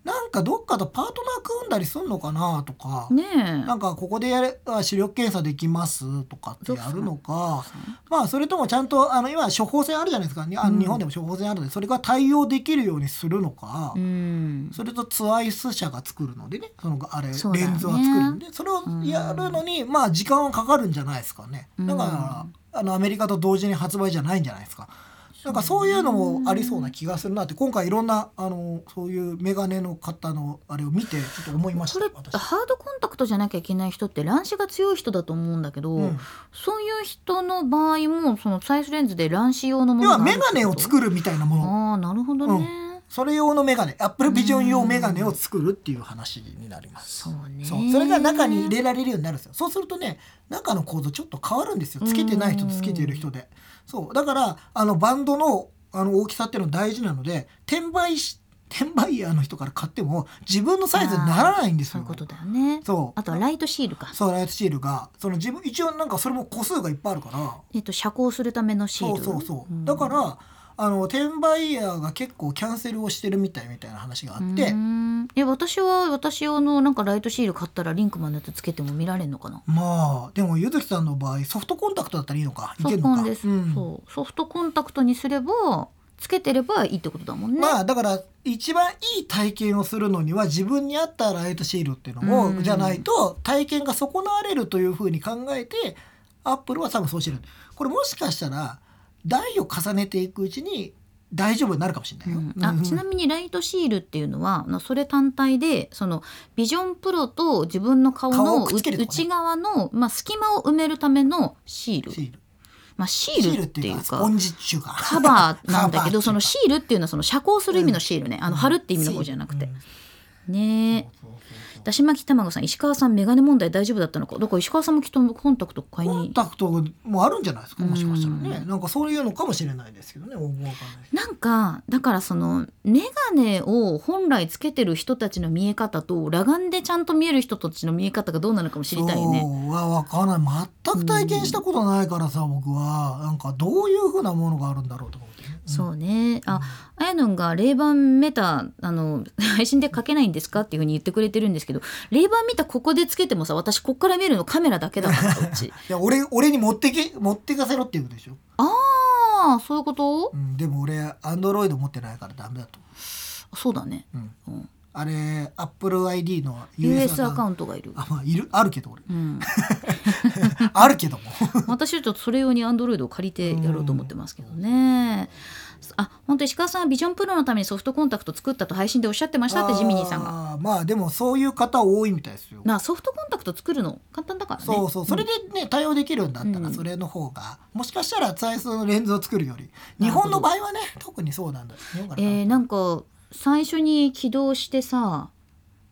なんかどっかとパートナー組んだりすんのかなとか、
ね
な
え
んかここでやれあ視力検査できますとかってやるのかまあそれともちゃんとあの今処方箋あるじゃないですかにあ
うん
の日本でも処方箋あるのでそれが対応できるようにするのか、
うん
それとツアイス社が作るのでねそのあれレンズ
そう
は
だよね
作るんでそれをやるのにまあ時間はかかるんじゃないですかねだからあのアメリカと同時に発売じゃないんじゃないですか。なんかそういうのもありそうな気がするなって今回いろんなあのそういう眼鏡の方のあれを見てちょっと思いまし
こ
た
れ
私
ハードコンタクトじゃなきゃいけない人って乱視が強い人だと思うんだけど、
うん
そういう人の場合もそのサイズレンズで乱視用のもの
要は
がある
メ
って
ガネ
こ
を
と
作るみたいなもの
ああなるほどね、
それ用のメガネアップルビジョン用メガネを作るっていう話になります
そうね
そうそれが中に入れられるようになるんですよそうするとね中の構造ちょっと変わるんですよつけてない人とつけている人でそうだからあのバンドのあの大きさっていうの大事なので転売し転売ヤーの人から買っても自分のサイズにならないんです
そうい
よ
うことだよね
そう
あとはライトシールか
そうライトシールがその自分一応なんかそれも個数がいっぱいあるから
えっと遮光するためのシール
そうそうそう、
ん
だからあの転売ヤーが結構キャンセルをしてるみたいみたいな話があって、
うんえ私は私用のなんかライトシール買ったらリンクマンのやつつけても見られるのかな
まあでもゆずきさんの場合ソフトコンタクトだったらいいのかい
そ
け
う
るの
な
か
んです、
うん
そうソフトコンタクトにすればつけてればいいってことだもんね。
まあだから一番いい体験をするのには自分に合ったライトシールっていうのを、
うん
じゃないと体験が損なわれるというふうに考えてアップルは多分そうしてるこれもしかしたら代を重ねていくうちに大丈夫になるかもしれないよ。
うんあちなみにライトシールっていうのはなそれ単体でそのビジョンプロと自分の顔
顔
の
をくっつけるとかね
内側の、まあ、隙間を埋めるためのシール
シール
まあ、シ
シ
ー
ー
ル
ル
っ
ってて
い
いうう
か
かスポンジっちゅうか
カバーなんだけど
カ
そ
バー
の
っちゅうか
シールっていうのはその遮光する意味のシールね、あの貼るって意味の方じゃなくて、ねえ
そうそうそう
だし巻き卵さん石川さんメガネ問題大丈夫だったのかだから石川さんもきっとコンタクト買い
コン
に
タクトもあるんじゃないですかもしかしたらね、
うん
なんかそういうのかもしれないですけどね応募わかんない
なんかだからそのメガネを本来つけてる人たちの見え方と裸眼でちゃんと見える人たちの見え方がどうなのかも知りたいよね。
そうはわからない全く体験したことないからさ、僕はなんかどういうふうなものがあるんだろうとか思ってね、
そうね、ああやのんが「霊盤メタあの配信で書けないんですか?」っていうふうに言ってくれてるんですけど霊盤メタここでつけてもさ私こっから見えるのカメラだけだからこっ ち
いや俺俺に持ってけ持ってかせろって言うでしょ、
ああそういうこと
うん、でも俺アンドロイド持ってないからダメだと、
そうだね、
うん、
うん、
あれアップル ID の
US アカウ
ント
ントがいる、
あまあいるあるけど俺
うん、
ある けども
私はちょっとそれ用にアンドロイドを借りてやろうと思ってますけどね。あ本当石川さんはビジョンプロのためにソフトコンタクト作ったと配信でおっしゃってましたってジミニーさんが。
あーまあでもそういう方多いみたいですよ
まあソフトコンタクト作るの簡単だからね。
そうそうそれでね、対応できるんだった
う
ら
ん
それの方が、もしかしたら最初のレンズを作るより
な
日
るほど
本の場合はね特にそうなんだ日本から
えーなんか最初に起動してさ、ま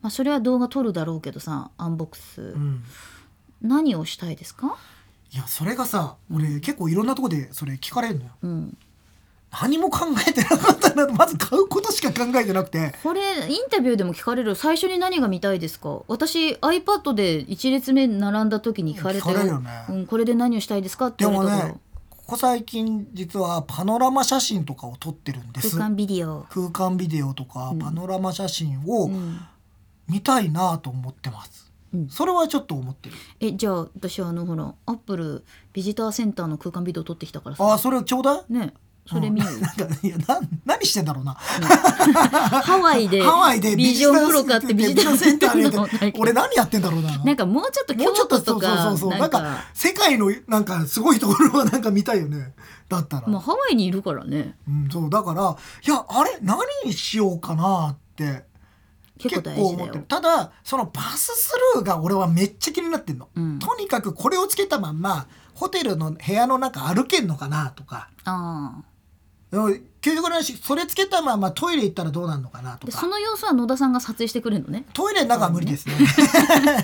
あ、それは動画撮るだろうけどさアンボックス、
うん
何をしたいですか、
いやそれがさ俺結構いろんなとこでそれ聞かれるのよ
うん、何
何も考えてなかったなまず買うことしか考えてなくて
これインタビューでも聞かれる最初に何が見たいですか私 iPad で1列目並んだ時に聞かれた
聞かれるよね
うん、これで何をしたいですかって
で
言
も
われたから、
ねここ最近実はパノラマ写真とかを撮ってるんです
空間ビデオ、
空間ビデオとかパノラマ写真
う
を
ん、
見たいなと思ってます、
うん
それはちょっと思ってる
えじゃあ私あのほらアップルビジターセンターの空間ビデオ撮ってきたから
ああ
さ
それちょうだい
ねそれ見よう、
うんなんかいやな何してんだろうな
ハワイで
ハワイで
ビジョンプロ買ってビジターセンター
に
の
行って俺何やってんだろうな
なんかもうちょっと京都とか
もうちょっとそうそうそうそう
な
なんん
か
か世界のなんかすごいところはなんか見たいよねだったら、
もうハワイにいるからね
うん、そうだからいやあれ何にしようかなって
結構大事
結
だ
思ってる
よ。
ただそのパススルーが俺はめっちゃ気になってんの、
うん
とにかくこれをつけたまんまホテルの部屋の中歩けんのかなとか
あ
でも究極の話それつけたままトイレ行ったらどうなるのかな
あ
と
でそ
か
の様子は野田さんが撮影してくれる のね
トイレの中は無 理ですね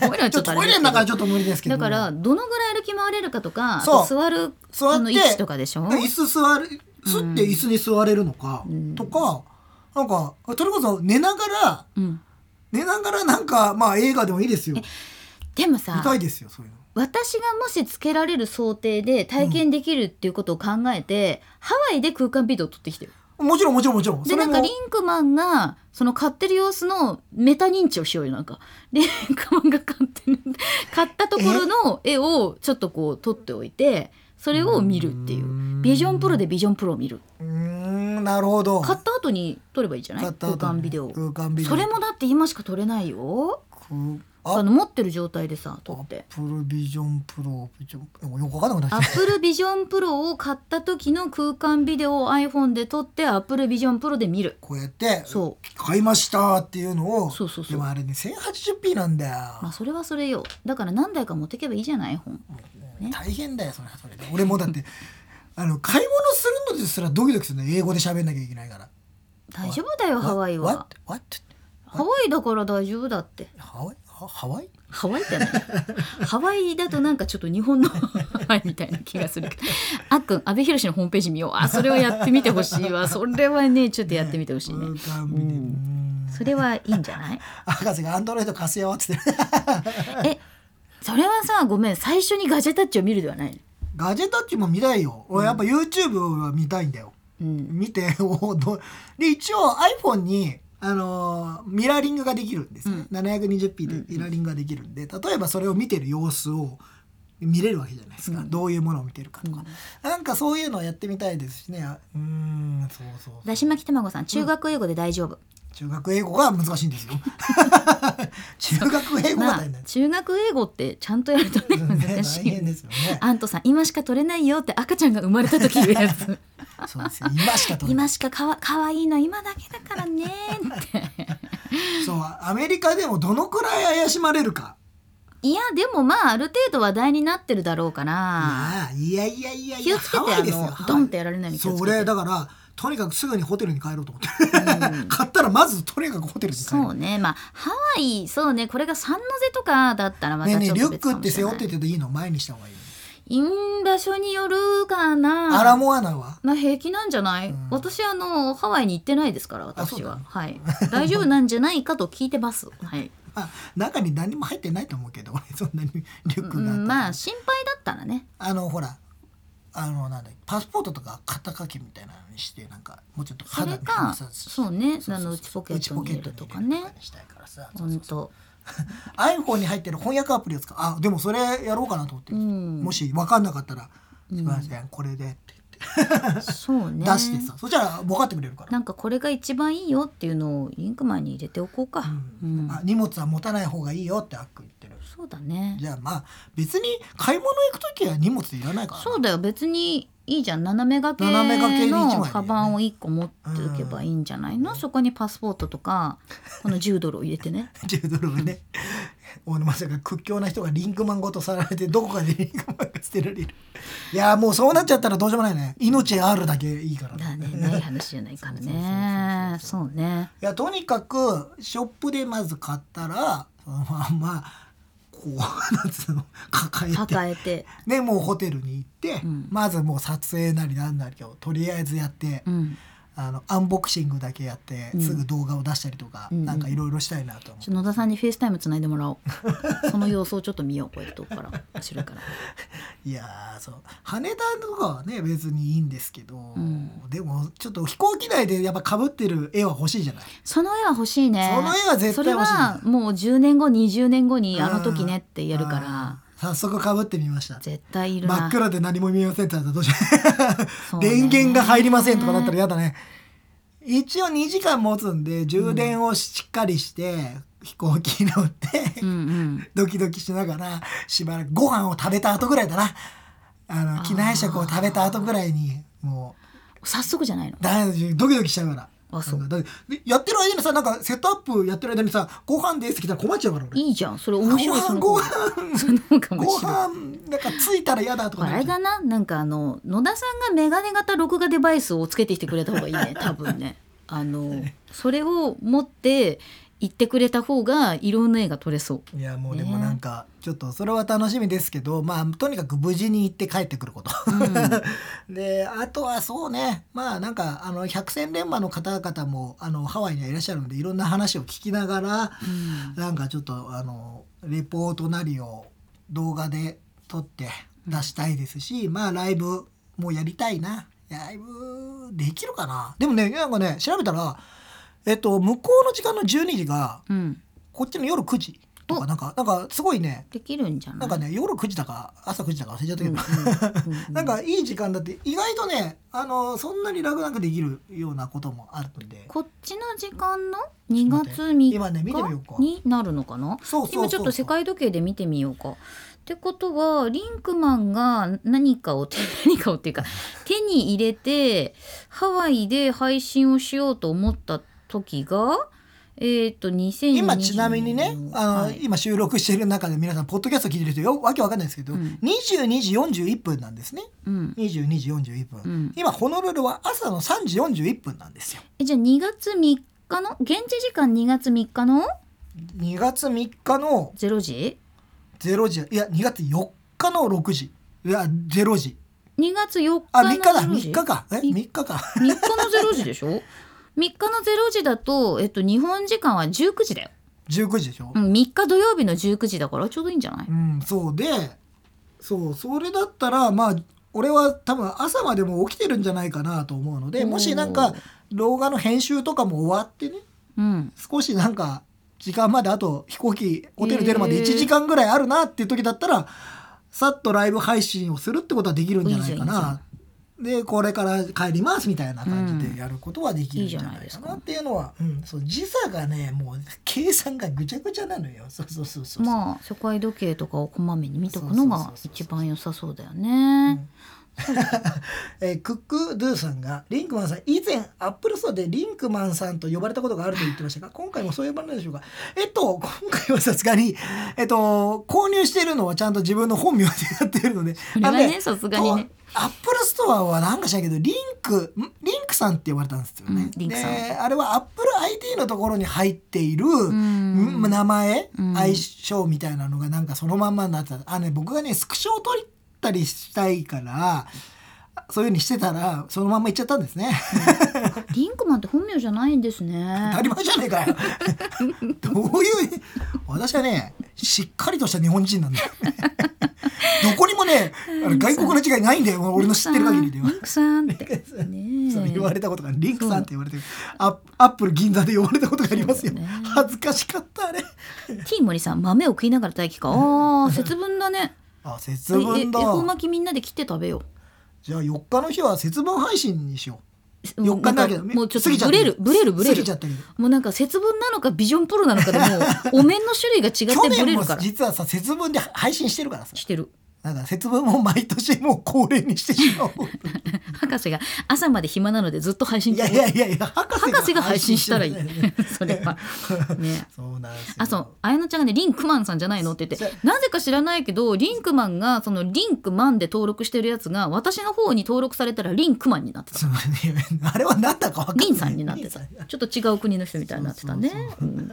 トイレは
ち
ちょっ
ょ
と
っと
あ
トイ
れ
レ
だけど
の中はちょっと無理ですけど
だからどのぐらい歩き回れるかとかあ
そう
と座る
座って
あの位置とかでしょ
椅子座るすって椅子に座れるのか、
うん
とかなんかそれこそ寝ながら
うん、
寝ながらなんかまあ映画でもいいですよ見
でもさ
たいですよそういうの。
私がもしつけられる想定で体験できるっていうことを考えて、ハワイで空間ビデオ撮ってきてる
もちろんもちろんもちろん
で
そ
な
れ
ん
も
かリンクマンがその買ってる様子のメタ認知をしようよ なんかリンクマンが買ってる買ったところの絵をちょっとこう撮っておいてそれを見るっていうビジョンプロでビジョンプロを見る
うーんなるほど
買った後に撮ればいいじゃない
買った後
空
に
間ビデオ
空間ビデオ
それもだって今しか撮れないよ
く
あ
あ
の持ってる状態でさ撮っ
アッ
て。
プルビジョンプロビジョンプロよくわかんなくなっち
ア
ゃっ
ップルビジョンプロを買った時の空間ビデオを iPhone で撮ってアップルビジョンプロで見る
こうやって
そ
買いましたっていうのを
そうそうそう
でもあれね 1080p なんだよ、
まあそれはそれよだから何台か持ってけばいいじゃない本ね
大変だよそれはそれで俺もだって あの買い物するのですらドキドキするの英語で喋んなきゃいけないから
大丈夫だよハワイ
What?
は
What?
ハワイだから大丈夫だって
ハワイハハワイ
ハワイってね ハワイだとなんかちょっと日本の ハワイみたいな気がするけどあっくん阿部寛のホームページ見ようあそれをやってみてほしいわそれはねちょっとやってみてほしいね
空間ビデオうん
それはいいんじゃない
博士がアンドロイド貸すよっつって
えそれはさごめん最初にガジェタッチを見るではない
ガジェタッチも見たいよ俺やっぱ YouTube は見たいんだよ、
うん
見ておどで一応 iPhone にあのーミラーリングができるんですね、720p でミラーリングができるんで例えばそれを見てる様子を見れるわけじゃないですか、
うん
どういうものを見てるかとか、
う
なんかそういうのはやってみたいですしねあうーんそうそうそ
だ
う
し巻き卵さん中学英語で大丈夫、
中学英語が難しいん ですよ中学英語が
ま
大
あ
変なんです
中学英語ってちゃんとやるとね
よね
難
大
しいよ
変
ね
ですよね
アントさん今しか取れないよって赤ちゃんが生まれた時言う やつ
そうですよ今しか取れない
今しかかわかわいいの今だけだからね って
そうアメリカでもどのくらい怪しまれるか
いやでもまあある程度話題になってるだろうから
まあいやいやいやい
気
や
をつけ
ハ
て
ワ
あ
イですよ
のドンってやられないように気
そ
を
う
つけ
俺
て
だからとにかくすぐにホテルに帰ろうと思って 買ったらまずとにかくホテルに帰る
そうねまあハワイそうねこれが三の瀬とかだったらま
ねえ
た
ね
ち
え
ょっと
リュッ
別か
クっ
も
て
し
背
れな
負
い
ってていいの前にした方がいい
うん場所によるかな
アラモアナは
まあ平気なんじゃない、
うん
私あのハワイに行ってないですから
あそう
私
な
は、
の
はい大丈夫なんじゃないかと聞いて ますはい、
まあ中に何も入ってないと思うけど俺 そんなにリュッ
う
クがあったら
ん、まあ心配だったらね
あのほらあのなんだパスポートとか肩書きみたいなのにしてなんかもうちょっと
それ
肌
かそうねあの
う
内ポケットに入れるとかね
内ポケットに入れるとかにしたいからさそうそ
本
うそう
当
iPhone に入ってる翻訳アプリを使うあでもそれやろうかなと思ってる、
うん
もし分かんなかったら「
うん
すみませんこれで」って
そうね
出してさ、そしたら分かってくれるから、
なんかこれが一番いいよっていうのをインクマンに入れておこうか、
うん
うん
あ荷物は持たない方がいいよってアック言ってる
そうだね
じゃあまあ別に買い物行く時は荷物いらないからな
そうだよ別にいいじゃん斜め掛け
斜め掛けに一枚でいいよ
の
ね
カバンを1個持っておけばいいんじゃないの、そこにパスポートとかこの10ドルを入れて ね
10ドルをね大沼さんが屈強な人がリンクマンごとさられてどこかでリンクマンが捨てられるいやもうそうなっちゃったらどうしようもないね命あるだけいいから
だねない話じゃないからね
そ
そうね
いやとにかくショップでまず買ったらそのまんまこうなんつうの抱えて
抱えて、
ねもうホテルに行って、
うん
まずもう撮影なりなんなりをとりあえずやって、
うん、
あのアンボクシングだけやって、
うん
すぐ動画を出したりとか、
うんうん
なんかいろいろしたいなと思
ちょっと野田さんにフェイスタイムつないでもらお うその様子をちょっと見ようこうやって遠くから面白いから
ういやーそう羽田とかはね別にいいんですけど、
ん
でもちょっと飛行機内でやっぱかぶってる絵は欲しいじゃない、
その絵は欲しいね
その絵は絶
そ
対
れ
欲しい
はもう10年後20年後にあの時ねって
や
言えるから
早速かぶってみました
絶対いるな
真っ暗で何も見えませんってなったらどうしよ
そううね
電源が入りませんとかだったら嫌だね一応2時間持つんで充電をしっかりして、飛行機乗って、
うんうん
ドキドキしながらしばらくご飯を食べた後ぐらいだなあの機内食を食べた後ぐらいにも
早速じゃないの
うだドキドキしちゃうから
あそう
なんかだってでやってる間にさなんかセットアップやってる間にさ「ご飯です」って来たら困っちゃうから俺
いいじゃんそれ面白いその
ご
方
飯
が
ご飯
その方が面
ご
白い
飯なんかついたら嫌だとか
あ
なっ
れ
ちゃう
だななんかあの野田さんがメガネ型録画デバイスをつけてきてくれた方がいい ね多分ねあのそれを持って行ってくれた方がいろんな絵が撮れそう
いやもう
ね
でもなんかちょっとそれは楽しみですけど、まあとにかく無事に行って帰ってくること、 であとはそうねまあなんかあの百戦錬磨の方々もあのハワイにはいらっしゃるのでいろんな話を聞きながら、なんかちょっとあのレポートなりを動画で撮って出したいですし、まあライブもやりたいなライブできるかなでもねなんかね調べたらえっと向こうの時間の12時が
うん
こっちの夜9時とか
お
なんかなんかすごいね
できるんじゃない
なんかね夜9時だか朝9時だか忘れちゃった
うん
け
うん
ど、
うん
なんかいい時間だって意外とねあのそんなに楽なくできるようなこともあるので
こっちの時間の2
ょっと待って
月3日
今ね見てみようか
になるのかな
そうそうそう
今ちょっと世界時計で見てみようか。ってことはリンクマンが何かを手何かをっていう か手に入れてハワイで配信をしようと思った時がえっ、と2020
今ちなみにねあの、
はい
今収録している中で皆さんポッドキャスト聞いてる人よわけわかんないですけど、
うん
22時41分なんですね
うん
22時41分、
うん
今ホノルルは朝の3時41分なんですよ
えじゃあ2月3日の現地時間2月3日の
2月3日の
0時
0時いや2月4日の6時いや0時
?2 月4
あ
日の
3日だ
0時
3日かえ
み
3日か
3日の0時でしょ ?3 日の0時だと、えっと、日本時間は19時だよ。
19時でしょ、
うん、3日土曜日の19時だからちょうどいいんじゃない
うん、そうでそうそれだったらまあ俺は多分朝までもう起きてるんじゃないかなと思うのでもしなんか動画の編集とかも終わってね
うん。
少しなんか時間まであと飛行機ホテル出るまで
へ
1
ー
時間ぐらいあるなっていう時だったら、さっとライブ配信をするってことはできるんじゃない
い
か
いじゃんいいじゃ
な。でこれから帰りますみたいな感じでやることはできるんじゃないかなっていうのは、うん、そう時差がねもう計算がぐちゃぐちゃなのよそうそうそうそう、
まあ初回時計とかをこまめに見とくのが一番良さそうだよね。
えークックドゥさんがリンクマンさん以前アップルストアでリンクマンさんと呼ばれたことがあると言ってましたが今回もそう呼ばれるでしょうかえっと今回はさすがにえっと購入しているのはちゃんと自分の本名でやっているので
これは
あの
ねさすがにね
こうアップルストアはなんかしらんけどリンクんリンクさんって呼ばれたんですよね、
うんリンクさん
であれはアップル ID のところに入っている、
ん
ん名前、
うん
相性みたいなのがなんかそのまんまになってたあ、ね、僕がねスクショを撮ったりしたいからそういうふうにしてたらそのまんま行っちゃったんですね、
リンクマンって本名じゃないんですね
当た。り前じゃねえか よどういう私はねしっかりとした日本人なんだよどこにもねあの外国の違いないんだよ俺の知ってる限りでは
リンクさんリンクさんって。
そう
ねえ
言われたことがリンクさんって言われてアッアップル銀座で呼ばれたことがありますよ
そうだよね
恥ずかしかったあれ
ティーモリさん豆を食いながら大気か。ああ節分だね。
あ節分だ
え恵方巻きみんなで切って食べよう。
じゃあ4日の日は節分配信にしよう4
な
日
んか
だけど
もうちょっ
過ぎち
と
ゃっ
ブ
た
レ
けど
るブレるブレ
過
る
ぎちゃったけど
もうなんか節分なのかビジョンプロなのかでもうお面の種類が違って
去
ブレ
年も
るから
実はさ節分で配信してるからさ
してる
なんか節分も毎年もう恒例にしてしまおう
博士が朝まで暇なのでずっと配信
いやいやいやいや博士
博士が配信したらいい
配信してるんだよね
それはね
そうなんですよ
あ そう綾乃ちゃんがねリンクマンさんじゃないのって言って
そ
なぜか知らないけどリンクマンがそのリンクマンで登録してるやつが私の方に登録されたらリンクマンになってた
そうねあれは何だか分かんない
リンさんになってたちょっと違う国の人みたいになってたねうん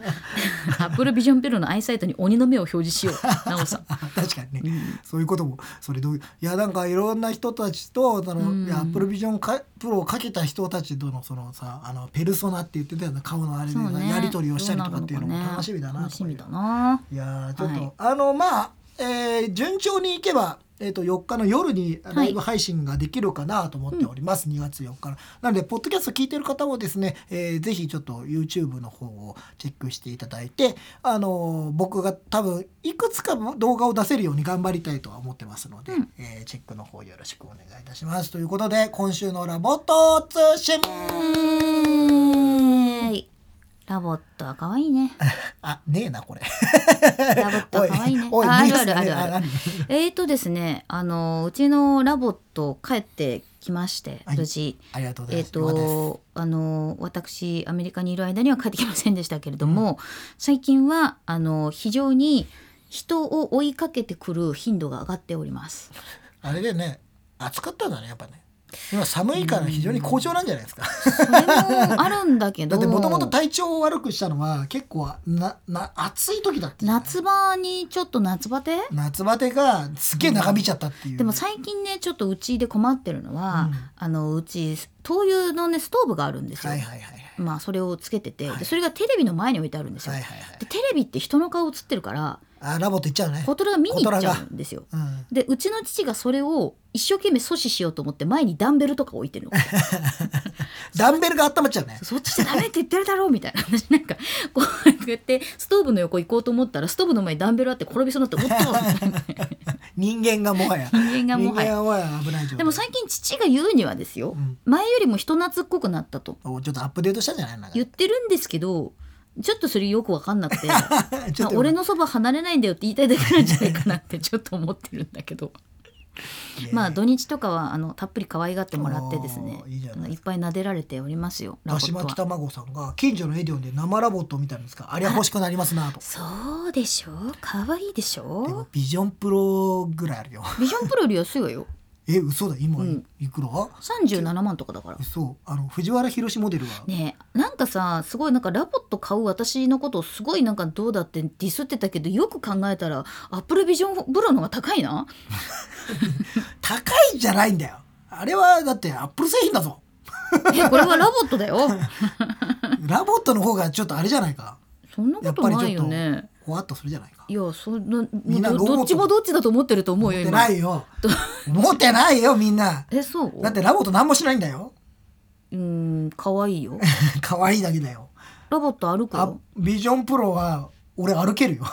アップルビジョンペロのアイサイトに鬼の目を表示し ようなおさん
あ確かにね、そういうこともそれどういういやなんかいろんな人たちとその、いやアップルビジョンかプロをかけた人たちとのそのさあのペルソナって言ってたような顔のあれで
そ
さ、
うね
やり取りをしたりとかっていうの
どなる
も
かね
楽しみだな
楽
と
し
かいう
みだない
やーちょっと、
はい
あのまあ、えー順調にいけば、えー、と4日の夜にライブ配信ができるかなと思っております、2月4日のなのでポッドキャスト聞いてる方もですね、えーぜひちょっと YouTube の方をチェックしていただいて、あのー僕が多分いくつか動画を出せるように頑張りたいとは思ってますので、
うん
えーチェックの方よろしくお願いいたしますということで今週のラボット通信
えいラボットは可愛いね。
あねえなこれ。
ラボットは可愛いね
おい
あ
お
あ
いニ
るあ
ュースね
るあるあ
あ
る。
何
えーとですね、あのうちのラボット帰ってきまして、
はい
無事。
ありがとうござい
え
ま
ー
す、よかったです
とあの私アメリカにいる間には帰ってきませんでしたけれども、最近はあの非常に人を追いかけてくる頻度が上がっております。
あれでね暑かったんだねやっぱね今寒いから非常に好調なんじゃないですか、
それもあるんだけ
だ
ど、
ってもともと体調を悪くしたのは結構なな暑い時だって
夏場にちょっと夏バテ？
夏バテがすっげえ長引いちゃったっていう、
でも最近ねちょっとうちで困ってるのは、
うん
あのうち灯油のねストーブがあるんですよ、
はいはいはいはい
まあそれをつけてて、
はい
でそれがテレビの前に置いてあるんですよ、
はいはいはい
でテレビって人の顔映ってるから
あラボット行っちゃうね
小トラが見に行っちゃうんですよ
うん、
でうちの父がそれを一生懸命阻止しようと思って前にダンベルとか置いてる の
ダンベルが温まっちゃうね
そっちじゃダメって言ってるだろうみたいな話なんかこうやってストーブの横行こうと思ったらストーブの前にダンベルあって転びそうになっておっとみたいな
人間がもはや
人間がもはや
人間はや危ない状態
でも最近父が言うにはですよ、
うん
前よりも人懐っこくなったと
おちょっとアップデートしたんじゃないのなんか
言ってるんですけどちょっとそれよくわかんなくて
ちょっと
俺のそば離れないんだよって言いたいだけなんじゃないかなって ちょっと思ってるんだけど
いや
まあ土日とかはあのたっぷり可愛がってもらってですね
おーいいじゃ
あ
ない
のいっぱい撫でられておりますよラボッ
だし
ト
巻き
は。
卵さんが近所のエディオンで生ラボットみたいなんですかあれは欲しくなりますなと
そうでしょう可愛いでし
でも
ょ
ビジョンプロぐらいあるよ
ビジョンプロより安いわよ
え嘘だ今
うん
いくら、
37万とかだから。
嘘あの藤原宏モデルは、
ねえなんかさすごいなんかラボット買う私のことをすごいなんかどうだってディスってたけどよく考えたらアップルビジョンプロの方が高いな
高いじゃないんだよあれはだってアップル製品 だぞ
えこれはラボットだよ
ラボットの方がちょっとあれじゃないか
そんな
や
こ
っ
と
ぱり
ない
ちょ
よ
っと
ね。
ほわっとするじゃないか
いやそんな
みんな
ど
ロボット
どっちもどっちだと思ってると思う
思
よ
ってな
今。
いよ思ってないよみんな
えそう。
だってラボット何もしないんだよ
うーん可愛い よ。
可愛いだけだよ
ロボット歩く
あ
よ。
ビジョンプロは俺歩けるよ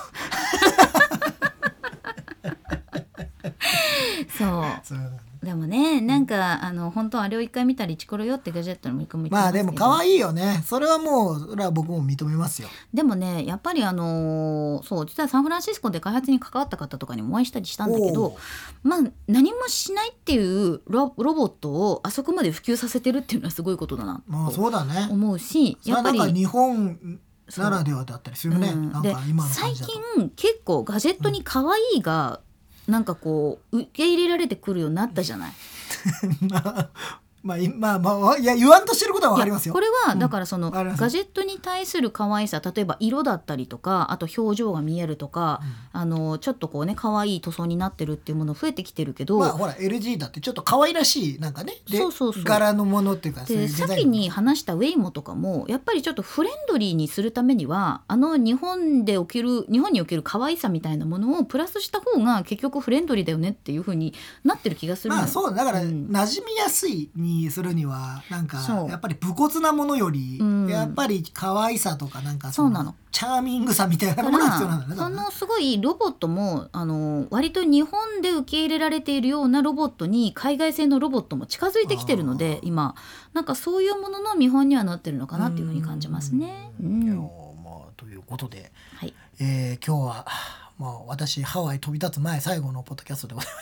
そう
そう
でもねなんか、あの本当あれを一回見たりチコロよってガジェットの一個も言って
まあでも可
い
愛いよねそれはもうそれは僕も認めますよ
でもねやっぱりあのーそう実はサンフランシスコで開発に関わった方とかにもお会いしたりしたんだけ
お
ど
う
まあ何もしないっていうロロボットをあそこまで普及させてるっていうのはすごいことだな
まあ
と
そうだね
思うし
それ
や
は
っぱ
なん
り
か日本ならではだったりするね、
うん
なん
で
か今の感
最
じだと
近結構ガジェットに可愛いが、なんかこう受け入れられてくるようになったじゃない。
まあ まあいまあまあいや言わんとしてることはわかりますよ
これは
うん
だからその、
わかります
ガジェットに対する可愛さ例えば色だったりとかあと表情が見えるとか、あのちょっとこうね可愛い塗装になってるっていうもの増えてきてるけど、
まあほら LG だってちょっと可愛らしいなんかねで
そうそうそう
柄のものっていうかそうい
で
うデザイン
先に話したウェイモとかもやっぱりちょっとフレンドリーにするためにはあの日本でおける日本における可愛さみたいなものをプラスした方が結局フレンドリーだよねっていう風になってる気がするの
ま
よ
あそうだから
うん
馴染みやすいにするにはなんか
そう
やっぱり武骨なものより
うん
やっぱり可愛さとかなんか
そうなの
チャーミングさみたいな
だ
も
か
のが
ら
必要なんだね。
そ
だからね
のすごいロボットもあの割と日本で受け入れられているようなロボットに海外製のロボットも近づいてきてるので今なんかそういうものの見本にはなってるのかなっていうふうに感じますね。う
うんいや
ん
まあということで、
はい、
えー今日はまあ私ハワイ飛び立つ前最後のポッドキャストでござい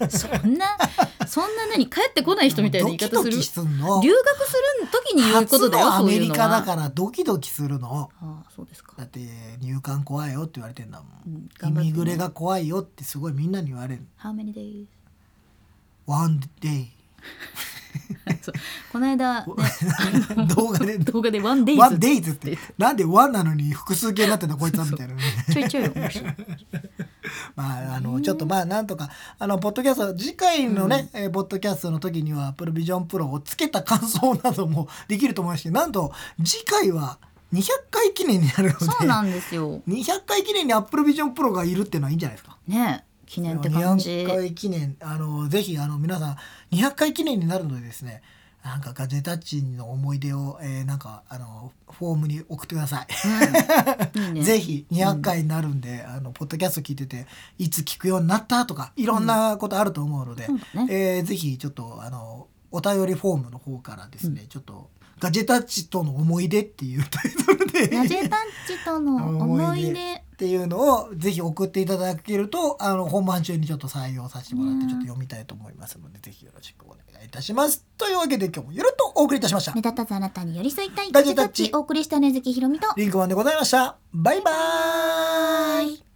ました。
そんな そんな何帰ってこない人みたいな言い方
ド
する
キドキすんの
留学する時に言うことだよ
初
そう
のアメ
いう
リ
の
カ
は。
だからドキドキするの。
ああそうですか
だって入管怖いよって言われてんだも。
うんん
イ
頑張ってね
ミグレが怖いよってすごいみんなに言われる。
How many days?
ワンデイ。
そうこの間、ね、
動画 で
動画で One days
ワンデイズっ
って
てなんでワンなのに複数形になってんだこいつはみたいなね
ちょいちょい面 白い。
まああのちょっとまあなんとかあのポッドキャスト次回のね、えーポッドキャストの時にはプロビジョンプロをつけた感想なども できると思いますしなんと次回は200回記念になるので
そうなんですよ。
200回記念にアップルビジョンプロがいるっていうのはいいんじゃないですか
ね記念って感じ
200回記念あのぜひあの皆さん200回記念になるのでですねなんかガジェタッチの思い出を、えーなんかあのフォームに送ってください。
いいね
ぜひ200回になるんで、あのポッドキャスト聞いてていつ聞くようになったとかいろんなことあると思うので、
そうだね
えーぜひちょっとあのお便りフォームの方からですね、ちょっと「ガジェタッチとの思い出」っていうタイトルで
ガジェタッチとの思い
思い
出
っていうのをぜひ送っていただけるとあの本番中にちょっと採用させてもらって
ね
ちょっと読みたいと思いますので、ぜひよろしくお願いいたします。というわけで今日もよろっとお送りいたしました
目。立たずあなたに寄り添いたい
ガジェタッチ
お送りしたねずきひろみと
リンクマンでございました。バイバーイ
バイ